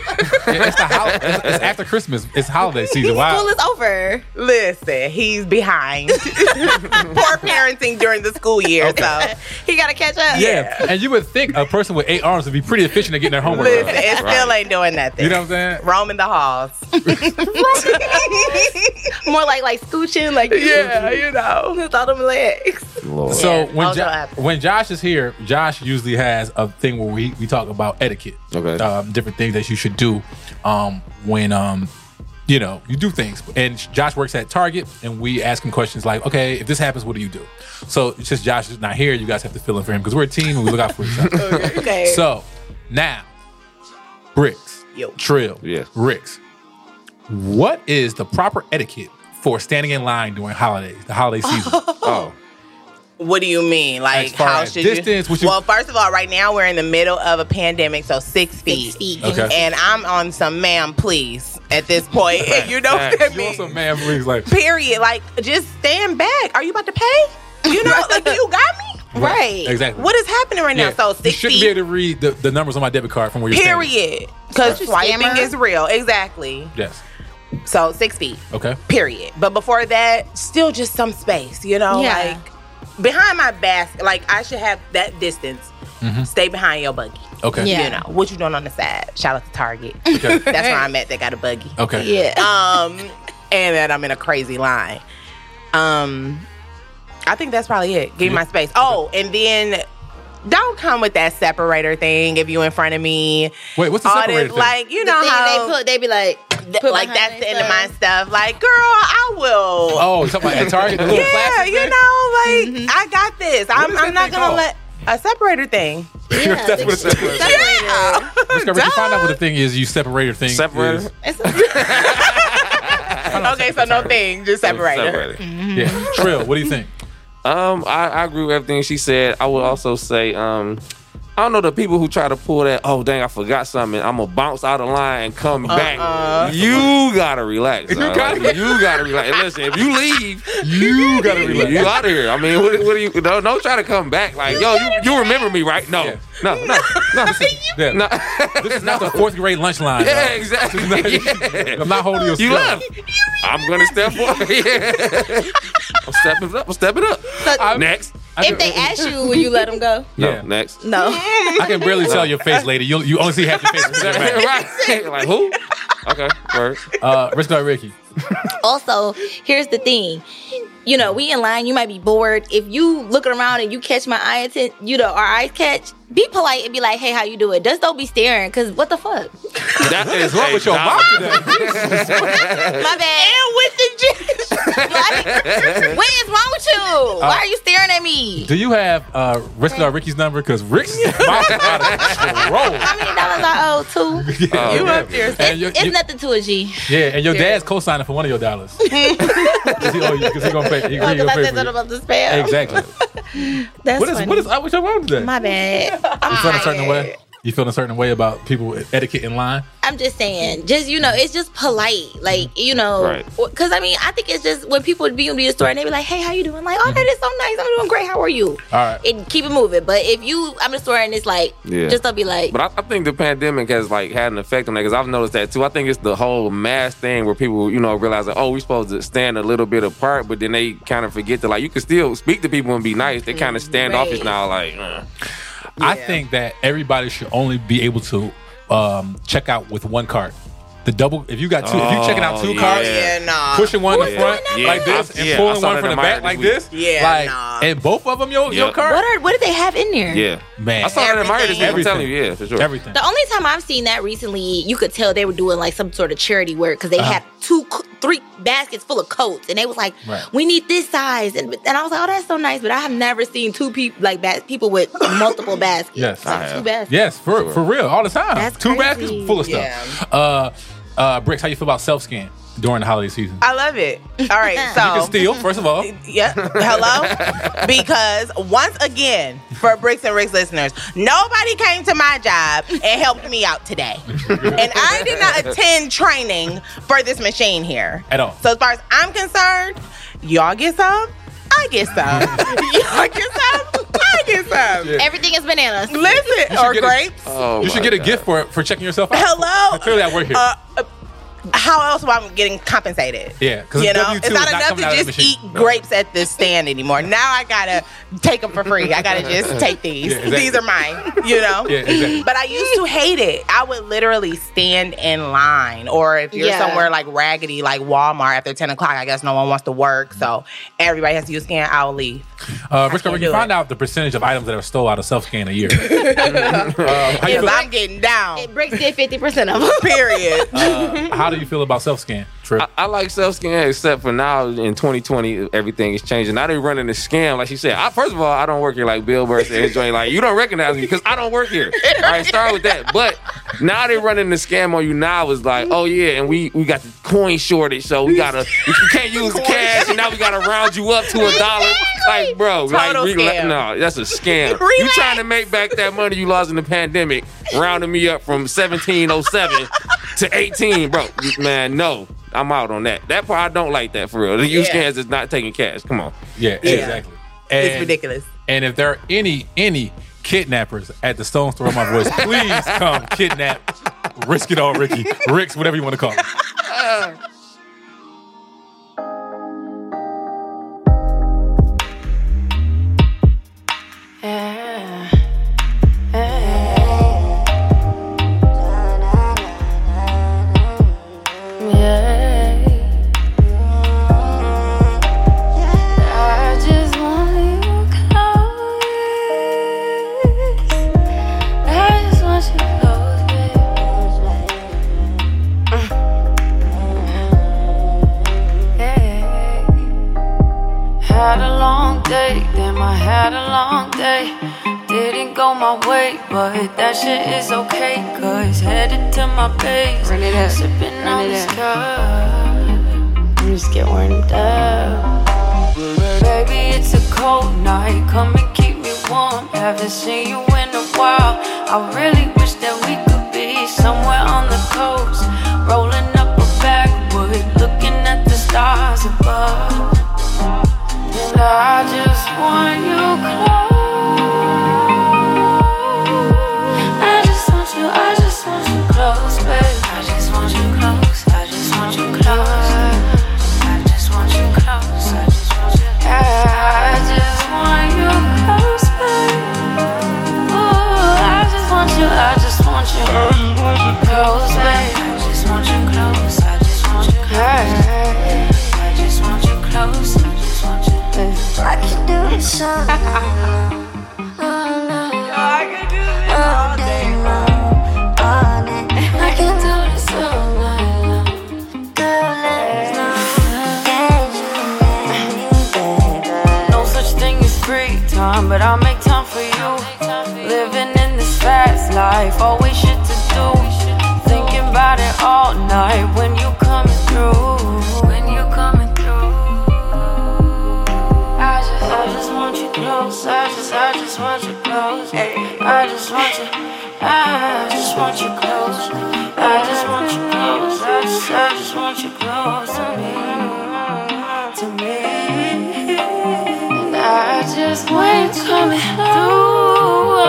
B: It's, the hol- it's, it's after Christmas. It's holiday season.
D: School
B: Wow.
D: is over.
H: Listen, he's behind. Poor parenting during the school year. So
D: He gotta catch up.
B: Yeah. and you would think a person with eight arms would be pretty efficient at getting their homework.
H: listen,
B: done.
H: it still ain't doing nothing.
B: You know what I'm saying?
H: Roaming the halls.
D: More like like scooching, like
H: yeah, you know.
D: with all them legs.
C: Lord.
B: So
D: Yeah,
B: when
D: I'll
B: Jo-
D: go after.
B: when Josh is here, Josh usually has a thing where we, we talk about etiquette,
C: Okay.
B: um, different things that you should do um, when um, you know you do things. And Josh works at Target, and we ask him questions like, "Okay, if this happens, what do you do?" So it's just Josh is not here. You guys have to fill in for him because we're a team and we look out for each other.
D: Okay.
B: So now, Bricks,
H: Yo.
B: Trill,
C: Yes.
B: Ricks, what is the proper etiquette for standing in line during holidays, the holiday season?
C: oh,
H: What do you mean? Like
B: As far
H: how
B: as
H: should
B: distance,
H: you?
B: what you-
H: Well, first of all, right now we're in the middle of a pandemic, so six feet.
D: Six feet.
B: Okay.
H: And I'm on some ma'am, please. At this point, you know what I
B: You
H: mean.
B: want some man, please? Like,
H: Period. Like, just stand back. Are you about to pay? You know, like you got me.
D: Right.
B: Exactly.
H: What is happening right
B: Yeah.
H: now? So
B: you
H: six
B: shouldn't be
H: feet.
B: able to read the, the numbers on my debit card from where you're standing.
H: Period. Because
D: Right.
H: swiping
D: Scammer.
H: is real. Exactly.
B: Yes.
H: So six feet.
B: Okay.
H: Period. But before that, still just some space, you know,
D: Yeah.
H: like behind my basket. Like I should have that distance. Stay behind your buggy.
B: Mm-hmm. Okay.
D: Yeah.
H: You know what you doing on the side? Shout out to Target.
B: Okay.
H: That's where I'm at. They got a buggy.
B: Okay.
D: Yeah.
H: Um, and that I'm in a crazy line. Um, I think that's probably it. Give me my space. Oh, and then don't come with that separator thing if you in front of me.
B: Wait, what's the
H: All
B: separator
H: this,
B: thing?
H: Like you
D: The
H: know
D: thing
H: how
D: they put, they be like,
H: th-
D: put
H: like
D: behind
H: that's the end of my
D: themselves.
H: stuff. Like, girl, I will.
B: Oh, something like at Target, the little
H: yeah,
B: plastic
H: you know,
B: thing?
H: like I got this. I'm,
B: is that
H: I'm not
B: thing
H: gonna
B: called?
H: let a separator thing.
D: Yeah,
B: That's what it says.
H: Yeah,
B: Discover, you find out what the thing is. You separator thing.
C: separator.
B: Is.
D: It's a-
H: okay, so no thing, just separator.
C: Separator.
B: Yeah. Trill. What do you think?
C: Um, I, I agree with everything she said. I would also say, um, I don't know the people who try to pull that. Oh dang, I forgot something. I'm gonna bounce out of line and come back. You gotta relax. You gotta, you gotta relax. And listen, if you leave,
B: You gotta relax.
C: you out of here. I mean, what, what do you? Don't, don't try to come back. Like, yo, you, you remember me, right? No, no, no, no,
B: Yeah.
C: no.
B: This is not the fourth grade lunch line.
C: yeah,
B: dog.
C: exactly. Yeah.
B: I'm not holding your
C: You
B: stuff.
C: left. I'm gonna step forward. Yeah. I'm stepping up. I'm stepping up.
D: so
C: Next.
B: I
D: if they ask you, will you let them go?
C: No,
B: Yeah.
C: next.
D: No.
B: I can barely tell your face, lady. You you only see half your face. You're back.
C: right. Like who? Okay. Word.
B: Uh, Rich Guy Ricky.
D: also, here's the thing. You know, we in line, you might be bored. If you looking around and you catch my eye atten- you know, our eyes catch, be polite and be like, hey, how you doing? Just don't be staring, cause what the fuck?
C: That is
B: What
C: a
B: with your
C: dollar.
B: mouth today?
D: My bad.
H: And with the gym.
D: what is wrong with you?
B: Uh,
D: Why are you staring at me?
B: Do you have uh, Rich Guy Ricky's number? Because Rick's mouth is out of control.
D: How many dollars I owe too?
C: Oh,
H: You
C: yeah.
H: up there?
B: And your-
D: It's
B: your-
D: nothing to a G.
B: Yeah, and your dad's co-signing for one of your dollars. Because he, owe you- 'cause he gonna pay. He, he gonna
D: Because I
B: pay
D: said
B: for
D: something
B: you.
D: about the spell.
B: Exactly.
D: That's
B: what is
D: funny.
B: what is up with your mom today?
D: my bad. I'm
B: you feeling a certain
D: tired.
B: way. You feeling a certain way about people with etiquette in line?
D: I'm just saying, just you know, it's just polite, like you know,
C: Right.
D: because I mean, I think it's just when people be in the store and they be like, "Hey, how you doing?" Like, "Oh,
B: Mm-hmm.
D: that is so nice. I'm doing great. How are you?"
B: All right.
D: And keep it moving. But if you, I'm in the store and it's like,
C: Yeah.
D: just don't be like,
C: But I, I think the pandemic has like had an effect on that because I've noticed that too. I think it's the whole mass thing where people, you know, realize that oh, we're supposed to stand a little bit apart, but then they kind of forget that like you can still speak to people and be nice. They kind of standoffish
D: Right.
C: now, like uh.
B: I think that everybody should only be able to um, check out with one card. The double, if you got two, if you checking out
C: Oh,
B: two
C: yeah.
B: cards,
H: Yeah, nah.
B: pushing one in
D: Who's
B: the front
D: doing
C: that
B: like
C: now?
B: this, and
C: Yeah, I
B: pulling
C: saw
B: one
C: that
B: from
C: in
B: the
C: Meyer
B: back like
C: this
B: this,
C: week.
H: Yeah,
B: like,
H: nah.
B: and both of them your your
C: Yeah.
B: card,
D: what are what do they have in there?
C: yeah.
B: man,
C: I saw that in Meyer this week. I'm
B: Everything.
C: telling you, yeah, for sure.
B: everything.
D: The only time I've seen that recently, you could tell they were doing like some sort of charity work because they
B: Uh-huh.
D: had two, co- three baskets full of coats, and they was like,
B: Right.
D: "We need this size," and and I was like, "Oh, that's so nice," but I have never seen two people like bas- people with multiple baskets.
B: Yes.
D: Like,
C: I have.
D: two baskets.
B: Yes, for for real, all the time.
D: That's
B: Two
D: crazy.
B: baskets full of stuff. Uh, uh, Bricks, how you feel about self scan during the holiday season?
H: I love it. All right, so
B: you can steal, first of all.
H: Yeah. Hello? because once again, for Bricks and Ricks listeners, nobody came to my job and helped me out today. and I did not attend training for this machine here.
B: At all.
H: So as far as I'm concerned, y'all get some, I get some. y'all get some, I get some.
D: Everything is bananas.
H: Listen, or
B: get a-
H: grapes.
C: Oh,
B: you should
C: my
B: get a
C: God.
B: gift for for checking yourself out.
H: Hello?
B: Clearly, I work here.
H: Uh, uh, how else am I getting compensated?
B: Yeah, 'cause
H: you
B: the
H: know,
B: W2
H: it's
B: is
H: not
B: not
H: enough
B: coming out of
H: to
B: the
H: just eat
B: machine. No.
H: grapes at this stand anymore. Now I gotta take them for free. I gotta just take these.
B: Yeah, exactly.
H: These are mine. You know.
B: Yeah, exactly.
H: But I used to hate it. I would literally stand in line, or if you're
D: Yeah.
H: somewhere like raggedy, like Walmart after ten o'clock, I guess no one wants to work, so everybody has to use scan. I'll leave.
B: Uh, Rich, we
H: do
B: can find
H: it.
B: out the percentage of items that are stole out of self scan a year. um, how, you
H: Because
B: feel,
H: I'm getting down.
D: It breaks in 50% of them.
H: Period.
B: uh, how do you feel about self scan, Trip?
C: I, I like self scan, except for now in 2020, everything is changing. Now they running a scam, like she said. I, first of all, I don't work here, like Bill Burr said. His joint, like you don't recognize me because I don't work here. All right, start with that. But now they running the scam on you. Now is like, oh yeah, and we we got the coin shortage, so we gotta you can't use the cash, and now we gotta round you up to a dollar. Like, bro,
H: Total
C: like
H: scam.
C: no, that's a scam. You
H: Relax.
C: trying to make back that money you lost in the pandemic, rounding me up from 1707 to 18, bro. Man, no. I'm out on that. That part I don't like that for real. The use
H: Yeah.
C: cans is not taking cash. Come on.
B: Yeah,
H: Yeah.
B: exactly. And,
H: it's ridiculous.
B: And if there are any any kidnappers at the Stone's Throw of My Voice, please come kidnap. Risk it all, Ricky. Ricks, whatever you want to call it.
I: I just want you close. I just want you close, babe. Had a long day, damn, I had a long day. Didn't go my way, but that shit is okay, cause headed to my base. Run it up, sipping on this cup. I'm just get warmed up. Baby, it's a cold night. Come and keep me warm. Haven't seen you in a while. I really wish that we could be somewhere on the coast, rolling up a backwood, looking at the stars above. And I just want you close. I just want you, I just want you close, babe. I just want you close, I just want you close. I just want you close. I just want you. I just want you close, babe. Ooh, I just want you. I just want you close, babe. I just want you close. I just want you close. I just want you close. I just want you. I can do this all night. All day long, all night. I can do this all night long. No such thing as free time, but I'll make time for you. Living in this fast life, always shit to do. Thinking about it all night when you coming through. When you coming through. I just, I just want you close. I just, I just want you close. I just want you. I just want you close. I just want you close. I just, I just want you close to me, to me. And I just want you coming through.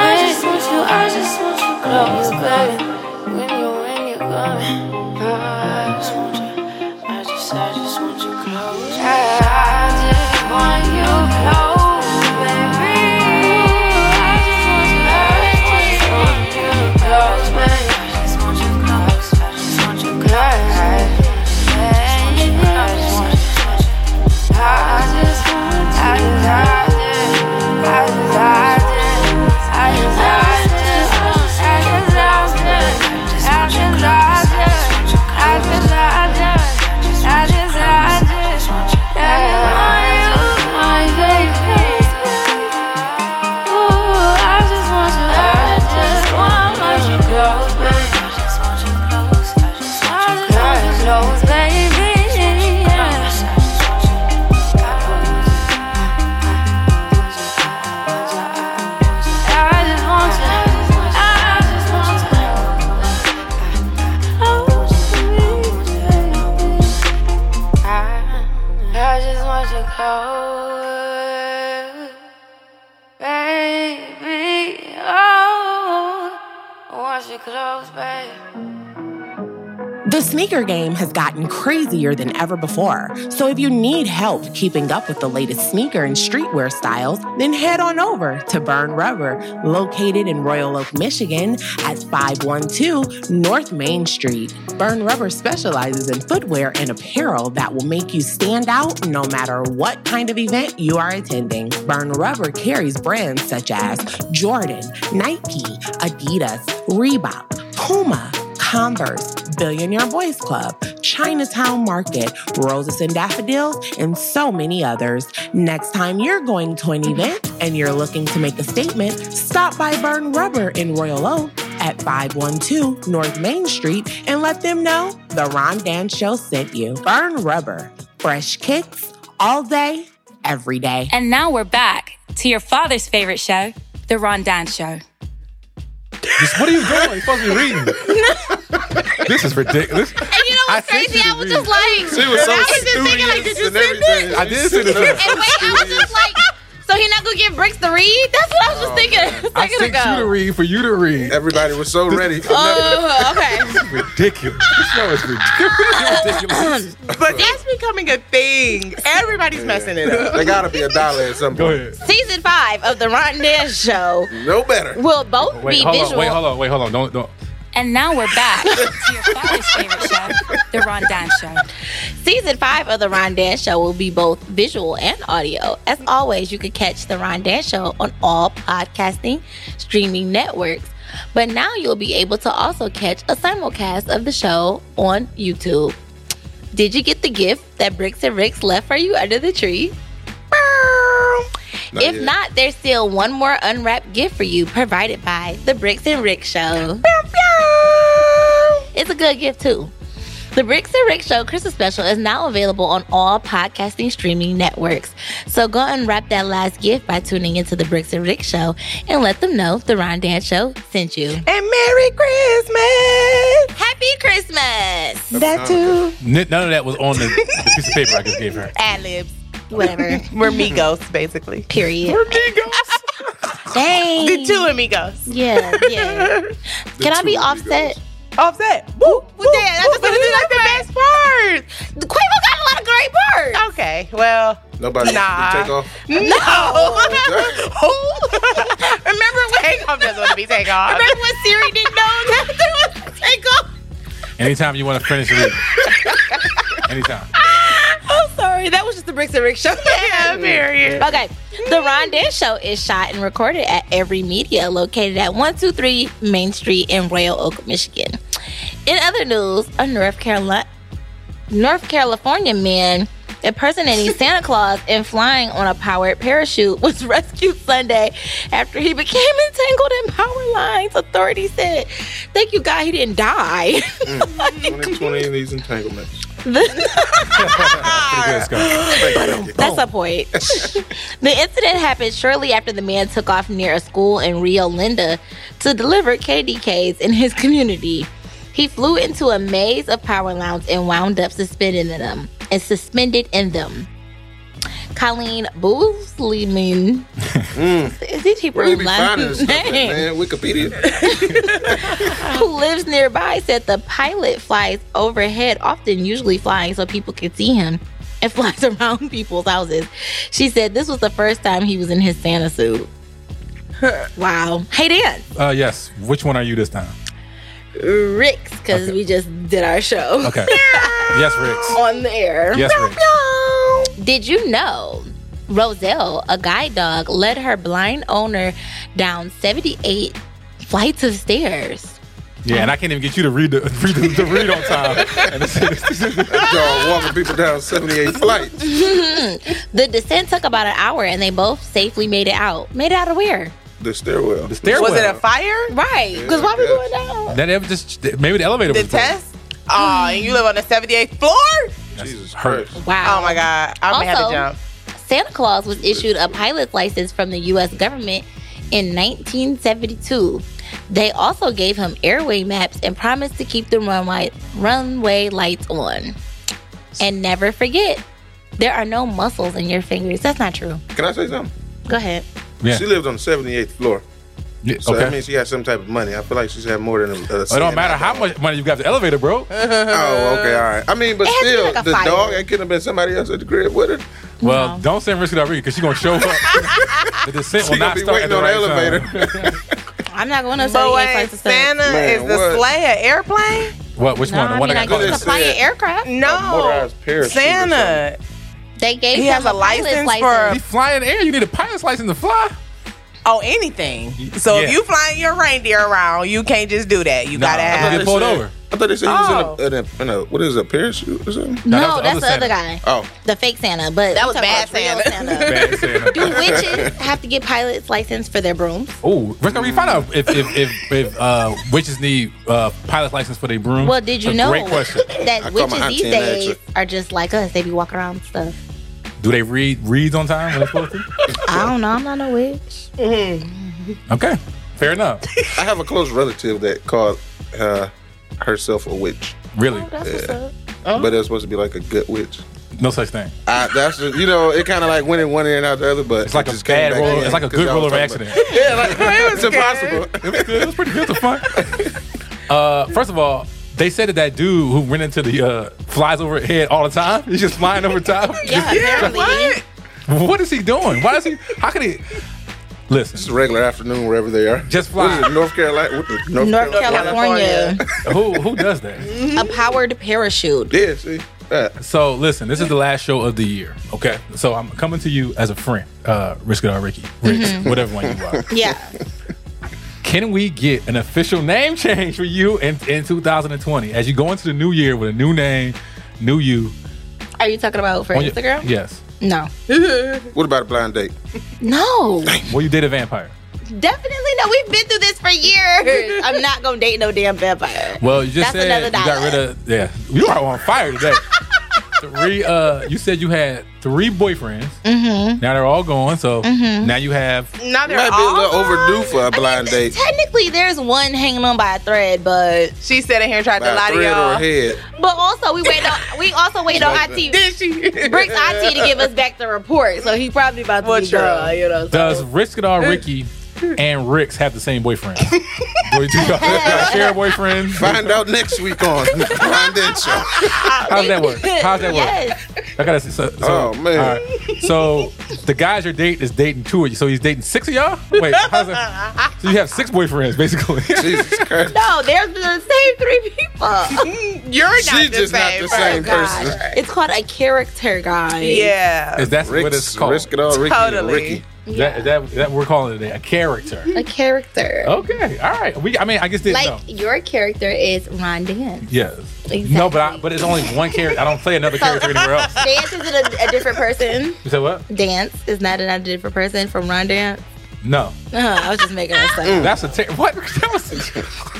I: I just want you. I just want you close, baby. When you, when you coming, I just want you. I just, I just want you close. I just want you close, baby. I just want you, I just want you close, baby. I just want you close. I just want you close. I just want you close. I just want you. I Close, baby. I just want you. I just want you. I just want you close, baby. Oh, I want you close, baby.
J: The sneaker game has gotten crazier than ever before, so if you need help keeping up with the latest sneaker and streetwear styles, then head on over to Burn Rubber, located in Royal Oak, Michigan at 512 North Main Street. Burn Rubber specializes in footwear and apparel that will make you stand out no matter what kind of event you are attending. Burn Rubber carries brands such as Jordan, Nike, Adidas, Reebok, Puma, Converse, Billionaire Boys Club, Chinatown Market, Roses and Daffodils, and so many others. Next time you're going to an event and you're looking to make a statement, stop by Burn Rubber in Royal Oak at 512 North Main Street and let them know the Ron Dan Show sent you. Burn Rubber, fresh kicks all day, every day.
A: And now we're back to your father's favorite show, The Ron Dan Show.
B: Just- what are you doing? You're supposed to be reading. this is ridiculous.
D: And you know what's
B: I sent
D: crazy?
B: you
D: I
B: the
D: was
B: read.
D: just like,
E: She was so
D: I was just thinking, like, did
E: studious
D: you
E: and
D: send it?
E: everything.
B: I did send it to her.
D: And wait, I was just like, so he not gonna give bricks to read? That's what I was just thinking a
B: Oh, I
D: second
B: sent you to
D: ago.
B: read for you to read.
E: Everybody was so ready for nothing.
D: Oh, okay.
B: Ridiculous. This show is ridiculous. ridiculous.
H: But that's becoming a thing. Everybody's messing it up.
E: There gotta be a dollar at some
B: Go
E: point.
B: ahead.
D: Season five of the Ron Dance Show
E: No better.
D: will both
B: Wait,
D: be
B: hold
D: visual.
B: on. Wait, hold on. Wait, hold on. Don't, don't.
A: And now we're back to your father's favorite show, The Ron Dan Show.
D: Season five of the Ron Dance Show will be both visual and audio. As always, you can catch the Ron Dance Show on all podcasting streaming networks. But now you'll be able to also catch a simulcast of the show on YouTube. Did you get the gift that Bricks and Ricks left for you under the tree? if
E: yet.
D: not, there's still one more unwrapped gift for you provided by the Bricks and Rick Show. It's a good gift too. The Bricks and Rick Show Christmas special is now available on all podcasting streaming networks. So go unwrap that last gift by tuning into the Bricks and Rick Show and let them know the Ron Dan Show sent you.
H: And Merry Christmas.
D: Happy Christmas!
H: That too.
B: N- None of that was on the, the piece of paper I just gave her.
D: Ad libs. Whatever.
H: We're Migos, basically.
D: Period.
H: Migos.
D: Dang.
H: the two amigos.
D: Yeah, yeah. Can I be offset?
H: Offset. Woo. Woo.
D: Dad, I just
H: But
D: wanna do
H: it's
D: like
H: like the best part.
D: Quavo got a lot of great parts.
H: Okay. Well.
E: Nobody
H: Nah.
E: can take off.
H: No. Remember when takeoff doesn't want to be takeoff?
D: Remember when Siri didn't know that there was take off?
B: Anytime you want to finish reading. Anytime.
D: I'm sorry, that was just the Bricks and Rick show.
H: yeah, period.
D: Okay, the Ron Dan Show is shot and recorded at Every Media, located at 123 Main Street in Royal Oak, Michigan. In other news, a North Carolina, North California man impersonating Santa Claus and flying on a powered parachute was rescued Sunday after he became entangled in power lines. Authorities said, "Thank you, God, he didn't die." Mm.
E: 2020 in these entanglements.
B: Pretty good, Scott.
E: Thank you.
D: That's a point. the incident happened shortly after the man took off near a school in Rio Linda to deliver KDKs in his community. He flew into a maze of power lines and wound up suspended in them. And suspended in them. Colleen Boosleman. Did he
E: Mm. Where they
D: prove
E: be finding this
D: last
E: stuff at,
D: name?
E: man? Wikipedia.
D: who lives nearby said the pilot flies overhead, often usually flying so people can see him, and flies around people's houses. She said this was the first time he was in his Santa suit. wow. Hey, Dan.
B: Uh, yes. Which one are you this time?
D: Rick's, because we just did our show
B: Okay. Yes, Ricks.
D: on the air.
B: Yes, Ricks.
D: Did you know Roselle, a guide dog, led her blind owner down 78 flights of stairs?
B: Yeah, and I can't even get you to read the read, the, the read on time. And it's,
E: That dog walking people down 78 flights.
D: The descent took about an hour and they both safely made it out. Made it out of where?
E: The stairwell.
B: the stairwell.
H: Was it a fire?
D: Right. Because why we going down?
B: That ever just maybe the elevator
H: The
B: was broken.
H: test? Oh, and you live on the 78th floor?
E: Jesus
B: hurt.
E: Christ.
D: Wow.
H: Oh my God. I may have to
D: Also-
H: jump.
D: Santa Claus was issued a pilot's license from the U.S. government in 1972. They also gave him airway maps and promised to keep the runway, runway lights on. And never forget, there are no muscles in your fingers. That's not true.
E: Can I say something?
D: Go ahead.
B: Yeah.
E: She lived on the 78th floor.
B: Yeah,
E: So
B: okay. Oh,
E: that means she has some type of money. I feel like she's had more than a. a
B: It don't matter how much money you got the elevator, bro.
E: Oh, okay, all right. I mean, but
D: It has to be
E: still,
D: like a
E: the
D: fire.
E: dog it could have been somebody else at the crib with her.
B: Well, don't send Risky Rodriguez because she's gonna show up. the descent will
E: She gonna
B: not
E: be
B: start
E: waiting
B: at the
E: on the
B: right
E: elevator.
B: time.
D: I'm not going to say
H: But
D: yes,
H: wait,
D: like the sun.
H: Santa
E: Man,
H: is the
E: what?
H: sleigh an airplane?
B: What? Which
D: No,
B: one? The
D: I
B: one
D: mean, I
B: that got
D: guess
E: caught.
D: it's a flying
E: Said-
D: aircraft.
H: No.
E: motorized parachute or
H: Santa.
D: They gave
H: He
D: him
H: has a
D: pilot's
H: license
D: license
H: for-
B: You fly in the air. You need a pilot's license to fly.
H: Oh, anything. So
B: Yeah.
H: if you flying your reindeer around, you can't just do that. You
B: Nah,
H: gotta
B: I
E: I thought
H: have.
B: Get
E: they
B: pulled
E: said-
B: over.
E: I thought they said
H: Oh.
E: he was in a, in a, in a what is it, a parachute or something?
D: No,
B: No, that
D: that's
B: was
D: the
B: the
D: other
B: other
D: guy,
E: Oh,
D: the fake Santa. But
H: That
D: we
H: was
D: talking
H: bad
D: about real
H: Santa.
B: Bad Santa.
D: Do witches have to get pilot's license for their brooms?
B: Oh, we're gonna find out if if if, if uh, witches need uh, pilot's license for their broom.
D: Well, did you
B: A
D: know
B: Great question.
E: I
D: that
E: call my
D: witches
E: auntie
D: these
E: and ask
D: days are just like us? They be walking around with stuff.
B: Do they read reads on time when they're supposed to?
D: I don't know. I'm not a witch.
B: Okay, fair enough.
E: I have a close relative that called uh, herself a witch,
D: Oh,
B: Really, Oh.
E: but it was supposed to be like a good witch.
B: no such thing.
E: I, that's just, you know, it kind of like went in one ear and out the other, but
B: It's like
E: it
B: a
E: just came
B: bad
E: back
B: roll.
E: in
B: It's like a
E: 'cause
B: good
E: I
B: roll
E: was
B: over
E: talking
B: accident.
E: about- Yeah, like it's impossible.
B: It was good. It was pretty good. It was fun. Uh, first of all, they said that that dude who ran into the uh, flies overhead all the time. He's just flying over top.
D: Yeah, apparently.
B: What is he doing? Why is he? How can he?
E: It's
B: Listen,
E: a regular afternoon wherever they are.
B: Just fly.
E: What is it, North Carolina? What is it, North,
D: North
E: Carolina?
D: California,
B: who who does that?
D: a powered parachute.
E: Yeah, see that.
B: So listen, this is the last show of the year. Okay, so I'm coming to you as a friend, uh, Risk It All Ricky, Ricks,
D: Mm-hmm.
B: whatever one you are.
D: Yeah,
B: Can we get an official name change for you in, in 2020 as you go into the new year with a new name, new you?
D: are you talking about for
B: on your-
D: Instagram?
B: Yes.
D: No,
E: What about a blind date?
D: no,
B: Well, you date a vampire.
D: definitely no. We've been through this for years. I'm not gonna date no damn vampire.
B: Well, you just
D: That's
B: said
D: another
B: you got rid
D: dialect.
B: of yeah. You are on fire today. three. Uh, you said you had three boyfriends. Mm-hmm. Now they're all gone. So now you have
H: No, they're
E: Might be a
H: all
E: little overdue
H: gone.
E: for a blind date.
D: Technically, there's one hanging on by a thread, but
H: She sat in here and tried
E: By
H: to lie
E: a
H: to
E: thread or a
H: y'all.
E: head.
D: but also we wait on we also wait on IT
H: Did she?
D: Brick's IT to give us back the report, so he probably about to
H: Well,
D: be
H: true.
D: gone, you know. so-
B: does Risk It All Ricky and Ricks have the same boyfriend? Do you two guys share a boyfriend?
E: Find out next week on Blind Date Show.
B: How's that work? How's that work?
D: Yes.
B: I gotta see. So, so,
E: Oh, man.
B: all right. So the guys you're dating is dating two of you. So he's dating six of y'all. Wait, how's that? So you have six boyfriends basically.
E: Jesus Christ.
D: No, they're the same three people.
H: You're not
E: She's
H: the
E: just
H: same.
E: not the
H: person.
E: same
D: God.
E: person.
D: It's called a character guide.
H: Yeah.
B: Is that what it's
E: Rick's,
B: called?
E: risk it all, Ricky.
H: Totally.
E: Ricky.
B: Is that, is that, is that what we're calling it today? A character.
D: A character.
B: Okay. All right. We. I mean, I guess didn't
D: Like
B: know.
D: your character is Ron Dance.
B: Yes.
D: Exactly.
B: No, but I, but it's only one character. I don't play another character anywhere else.
D: Dance is a, a different person.
B: You said what?
D: Dance is not another different person from Ron Dance.
B: No.
D: Uh, I was just making that up.
B: Mm.
H: Mm.
B: That's a ter- what? That was,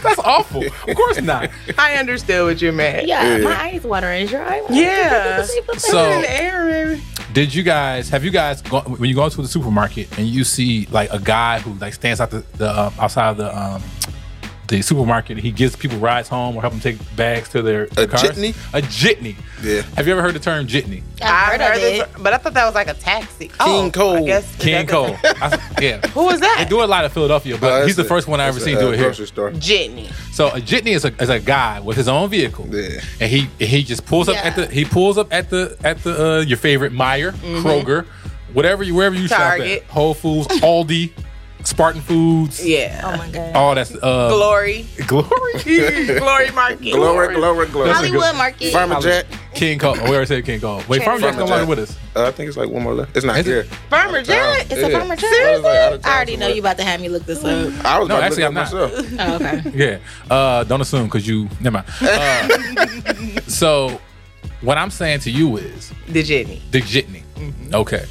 B: that's awful. Of course not.
H: I understood what you meant.
D: Yeah,
E: Yeah.
D: my eyes watering. Is your eye watering?
H: Yeah.
B: So
H: Aaron.
B: Did you guys have you guys gone, when you go into the supermarket and you see like a guy who like stands out the, the um, outside of the um the supermarket? He gives people rides home or help them take bags to their
E: A
B: cars?
E: jitney?
B: A jitney.
E: Yeah.
B: Have you ever heard the term jitney?
H: I
D: I've
H: heard,
D: heard of
H: this,
D: it.
H: but I thought that was like a taxi. King oh, I
E: Cole.
H: guess- is that
B: King
H: the-
B: Cole. I- yeah.
H: Who was
B: They
H: that?
B: do a lot of Philadelphia,
E: Uh,
B: but
E: it's
B: he's the
E: a-
B: first one I
E: it's
B: ever seen
E: a,
B: do
E: uh,
B: it here.
E: Grocery store.
H: Jitney.
B: So a jitney is a, is a guy with his own vehicle,
E: Yeah.
B: and he he just pulls up
D: Yeah.
B: at the he pulls up at the at the uh, your favorite Meyer, Kroger, whatever you wherever you
H: Mm-hmm. Target.
B: shop at, Whole Foods, Aldi, Spartan Foods,
D: Oh
H: Yeah.
D: my god.
B: all that's uh,
H: Glory.
B: glory,
H: Glory Market.
E: Glory, glory, glory.
D: Hollywood market.
E: Farmer Jack.
B: King Cole. Oh, we already said King Cole. Wait, Farmer Jack's no
E: Farmer
B: longer
E: Jack.
B: with us.
E: Uh, I think it's like one more left. It's not
B: Is it?
E: here.
H: Farmer Jack.
D: It's a
E: Yeah.
D: farmer
E: I was
D: Jack.
E: like, out of town
D: I already know
E: somewhere.
D: you about to have me look this up.
E: I was
B: No,
E: about to
B: actually,
E: look
B: I'm
E: it
B: not.
E: up myself.
D: Oh, okay.
B: Yeah. Uh, don't assume because you never mind. Uh, so what I'm saying to you is
H: The Jitney.
B: the jitney.
E: Mm-hmm.
B: Okay.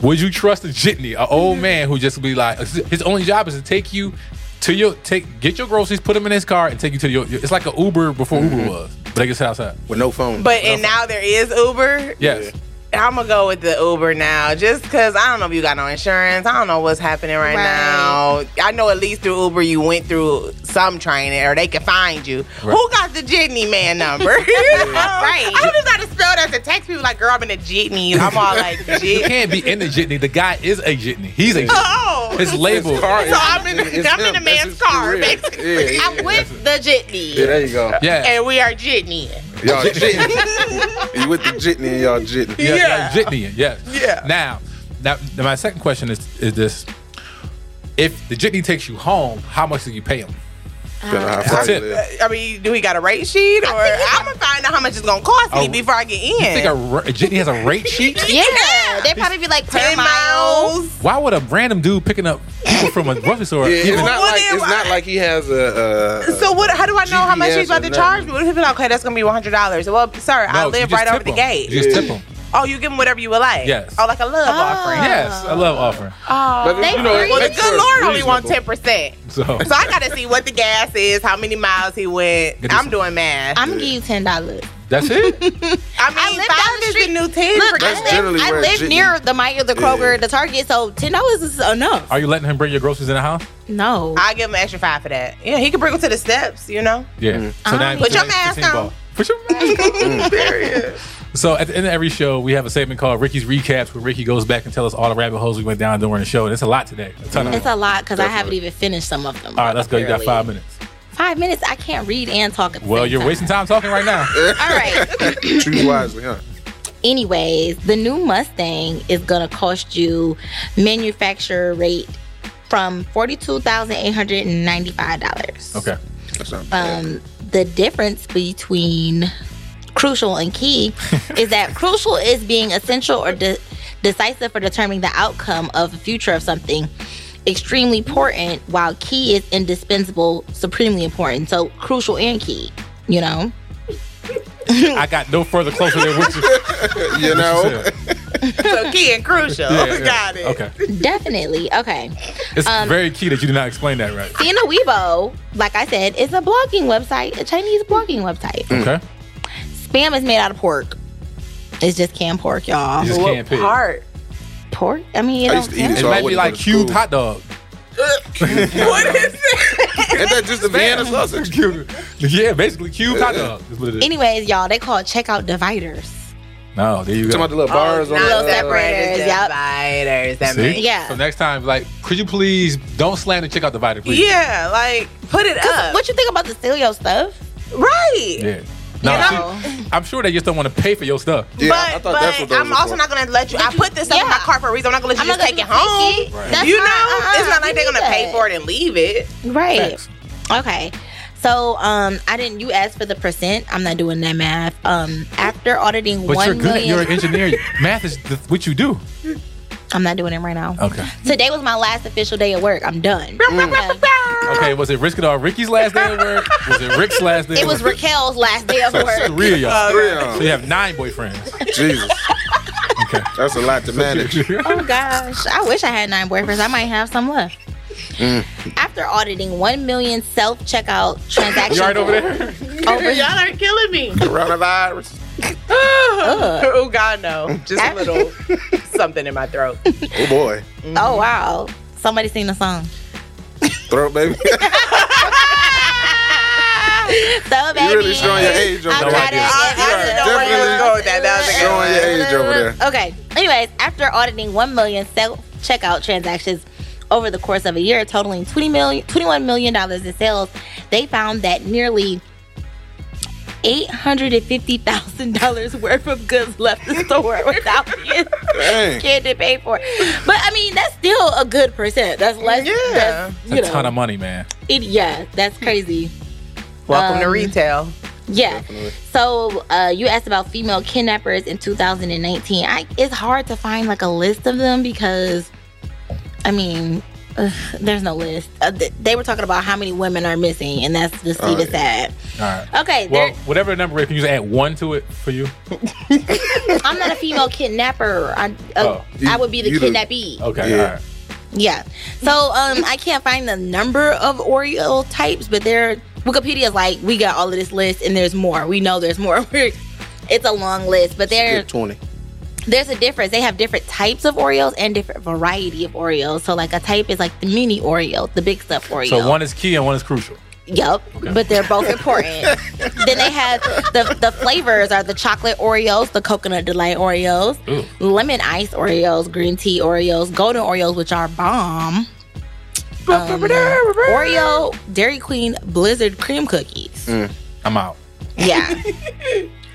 B: Would you trust a jitney, an old man who just be like, his only job is to take you to your take, get your groceries, put them in his car, and take you to your. It's like an Uber before Uber was, but they can sit outside.
E: With no Mm-hmm. phone.
H: But and now there is Uber.
B: Yes.
H: I'm gonna go with the Uber now, just because I don't know if you got no insurance. I don't know what's happening right,
D: Right.
H: now. I know at least through Uber you went through some training, or they can find you. Who got the jitney man number? right. I just gotta spell that to text people like, girl, I'm in a jitney. I'm all like,
B: You
H: jit.
B: can't be in the jitney. The guy is a jitney. He's a jitney.
H: Oh.
B: His label.
E: car
H: So I'm in-
E: it's
H: I'm in
E: him.
H: a man's
E: That's his
H: car,
E: career.
H: basically.
E: Yeah, yeah,
D: I'm with the jitney.
E: yeah, there you go.
B: Yeah.
H: And we are jitney.
E: Y'all jitney. you with the jitney and y'all jitney.
H: Yeah.
B: Yeah. yeah. Jitney. Yeah.
H: Yeah.
B: Now, now, now my second question is is this: If the jitney takes you home, how much do you pay him?
E: Depending on how
B: That's
E: far you
B: it.
E: live.
H: I mean, do we got a rate sheet, or I'm gonna find out how much it's gonna cost me
B: Oh,
H: before I get in?
B: You think a, ra- a jitney has a rate sheet?
D: Yeah, they'd probably be like per
H: Ten
D: mile.
H: miles.
B: Why would a random dude picking up people from a grocery store?
E: Yeah, it's
B: even-
E: not
H: what
E: like
H: am
E: it's not
H: I-
E: like he has a. uh, a
H: So what? How do I know how much
E: GPS
H: he's about to
E: or
H: charge
E: nothing.
H: me? What if people like, okay, that's gonna be one hundred dollars? Well, sir, I
B: No, you
H: live
B: just
H: right
B: tip
H: over the
B: him.
H: gate.
B: You just tip him.
H: Oh, you give him whatever you would like.
B: Yes.
H: Oh, like a love offering.
B: Yes, I love offering.
E: Ah. but
D: They
E: you know,
D: free.
E: make
H: Well, the
E: sure
H: good
E: it's
H: Lord only wants ten
E: reasonable.
H: percent,
B: So
H: so I gotta see what the gas is, how many miles he went.
B: Get
H: I'm
B: this-
H: doing math.
D: I'm gonna give you ten dollars.
B: that's it.
H: I mean,
D: I live down
H: five
D: the
H: is
D: street.
H: the new ten.
D: Look,
H: for
E: That's
D: I
H: gas.
E: generally
D: live, I
E: where
D: live
E: Jitney-
D: near the Meijer, the Kroger, the Target, so ten dollars is enough.
B: Are you letting him bring your groceries in the house?
D: Oh, No,
H: I'll give him an extra five for that. Yeah, he could bring him to the steps. You know.
B: Yeah. So
E: Mm.
D: Ah.
B: now
H: Put
B: so
H: your
B: now it's
H: mask
B: 15
H: on.
B: ball. Put your mask on. Mm. So at the end of every show, we have a segment called Ricky's Recaps, where Ricky goes back and tells us all the rabbit holes we went down during the show. And it's a lot today. A ton of
D: it's
B: them.
D: a lot because I haven't even finished some of them.
B: All right, let's go. You got
D: Barely.
B: five minutes.
D: Five minutes. I can't read and talk at the
B: Well,
D: same
B: you're
D: time.
B: wasting time talking right now.
D: All right.
E: Choose wisely, huh?
D: Anyways, the new Mustang is gonna cost you manufacturer rate from forty two thousand eight hundred and ninety five dollars.
B: Okay.
E: That's not bad.
D: um, the difference between crucial and key is that crucial is being essential or de- decisive for determining the outcome of the future of something extremely important while key is indispensable supremely important so crucial and key you know
B: I got no further closer than what you
E: you know,
H: So key and crucial. Got it.
B: Okay.
D: definitely okay Um,
B: It's
E: Um,
B: very key that you did not explain that right.
D: Sina Weibo, like I said, is a blogging website, a Chinese blogging website.
H: Mm.
B: Okay.
D: Spam is made out of pork. It's just canned pork, y'all.
B: You just
H: What
B: can't pick.
H: part?
D: Pork? I mean, it
E: I
D: don't
E: used to eat
D: count.
E: it
B: It
E: So I
B: might be
E: wouldn't
B: like
E: go to
B: cubed
E: school.
B: hot dog.
H: What is it?
E: ain't that just the Vienna sausage?
B: Cubed- yeah, basically cubed hot dog. That's what it is.
D: Anyways, y'all, they call it checkout dividers.
B: No, there you
E: Talking about
B: go.
E: the
H: Oh,
E: little bars on
D: no,
E: the. uh,
D: that- separators, yep.
H: dividers. That
B: See?
H: makes-
D: Yeah.
B: So next time, like, could you please don't slam the checkout divider, please?
H: Yeah, like put it up.
D: What you think about the steal your stuff?
H: right.
B: Yeah. No,
H: You know?
B: see, I'm sure they just don't want to pay for your stuff.
E: yeah,
H: but
E: I- I thought
H: but
E: that's what those
H: I'm
E: were
H: also
E: for.
H: not gonna let you. I put this stuff in my
D: Yeah.
H: car for a reason. I'm not gonna let you just take it home.
B: Right.
H: You know, it's
D: uh-uh.
H: not like they're gonna pay for it and leave it.
D: it. Right.
B: Facts.
D: Okay. So um I didn't you asked for the percent. I'm not doing that math. Um after auditing
B: But
D: one
B: you're good. at-
D: million-
B: You're an engineer. Math is the, what you do.
D: I'm not doing it right now.
B: Okay.
D: Today was my last official day at work. I'm done. Okay.
B: Okay. Was it Rick and all Ricky's last day at work? Was it Rick's last day?
D: It
B: at
D: was
B: work?
D: Raquel's last day of
B: It's
D: work.
B: Three of y'all.
E: Three
B: So
E: of
B: you
E: them.
B: have nine boyfriends.
E: Jesus,
B: Okay.
E: that's a lot to manage.
D: Oh gosh, I wish I had nine boyfriends. I might have some left.
E: Mm.
D: After auditing 1 million self checkout transactions.
B: you all right over there?
D: over-
H: Y'all are killing me.
E: Coronavirus.
H: oh God, no! Just a little something in my throat.
E: Oh boy,
D: Oh, wow. Somebody sing the song.
E: throat baby.
D: So, baby.
E: you really showing your age over
D: I'm
B: No
E: there.
D: trying
B: idea.
H: I, I didn't know where you was going with that. That
E: Showing
H: was a
E: your
H: good one.
E: age over there.
D: Okay. Anyways, after auditing 1 million self-checkout transactions over the course of a year totaling 20 million, $21 million in sales, they found that nearly $850,000 worth of goods left the store without being
E: Dang.
D: kid to pay for. But I mean, that's still a good percent. That's less.
H: Yeah.
D: That's, you
B: A
D: know,
B: ton of money, man.
D: it, yeah, that's crazy.
H: Welcome to
D: Um,
H: retail.
D: Yeah. So uh, you asked about female kidnappers in 2019. I, it's hard to find like a list of them because, I mean, ugh, there's no list. Uh, th- they were talking about how many women are missing, and that's the see
E: Oh,
D: the sad.
B: All right.
D: Okay,
B: Well,
D: there
B: whatever the number is, can you just add one to it for you?
D: I'm not a female kidnapper. I, uh,
B: Oh,
E: you-
D: I would be the
E: you the-
D: kidnappee.
B: Okay.
E: Yeah.
B: All right.
D: Yeah. So um, I can't find the number of Oreo types, but there Wikipedia's like we got all of this list, and there's more. We know there's more. We're- it's a long list, but
E: Get
D: there
E: twenty.
D: There's a difference. They have different types of Oreos and different variety of Oreos. So like a type is like the mini Oreo, the big stuff Oreo.
B: So one is key and one is crucial.
D: Yep, but they're both important. then they have the the flavors are the chocolate Oreos, the coconut delight Oreos,
B: Ooh.
D: lemon ice Oreos, green tea Oreos, golden Oreos, which are bomb. Um, Oreo, Dairy Queen, Blizzard cream cookies.
E: Mm.
B: I'm out.
D: Yeah.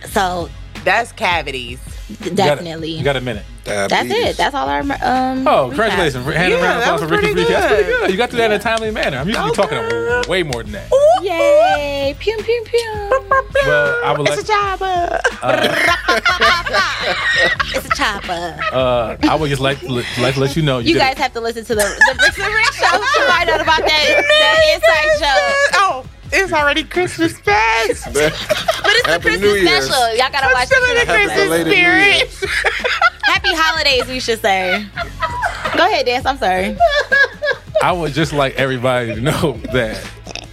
D: so
H: That's cavities.
D: d-
B: You got a-
D: definitely,
B: You got a minute.
D: that's it. That's all I remember. Um,
B: Oh,
D: recap.
B: congratulations. Hand
H: Yeah,
B: around
H: that
B: applause for
H: was
B: Ricky
H: pretty
B: Freaky. That's pretty
H: good.
B: good. You got to that in a timely manner. I'm
D: Oh,
B: usually talking way more than that.
D: Yay! Pew pew pew.
B: Well, I would like
H: It's a job. uh,
D: it's a chopper.
B: uh, I would just like to let, like to let you
H: Oh,
B: know you,
D: You
B: did a-
D: guys have to listen to the the Bricks and Rick show to find out about that, that inside joke.
H: Oh, it's already Christmas past. Still
D: But it's
E: Happy
D: the
E: New
D: Christmas
E: Year's.
D: special. Y'all gotta watch
H: in the
D: it.
H: Christmas
E: Belated New
H: spirit.
E: Year's.
D: Happy holidays, we should say. Go ahead, dance. I'm sorry.
B: I would just like everybody to know that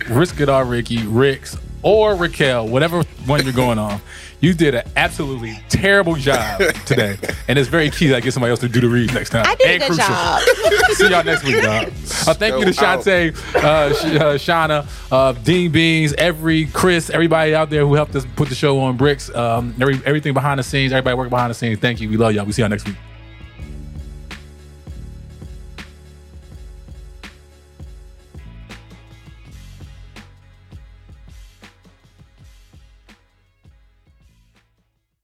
B: Risk It All Ricky, Ricks, or Raquel, whatever one you're going on, you did an absolutely terrible job today. And it's very key that I get somebody else to do the read next time.
D: I did
B: And
D: a good
B: crucial.
D: job.
B: See y'all next week, dog. Uh, thank you to
E: Show out.
B: Shantae, uh, Sh- uh, Shauna, uh, Dean Beans, every Chris, everybody out there who helped us put the show on bricks, um, every, everything behind the scenes, everybody working behind the scenes. Thank you. We love y'all. We see y'all next week.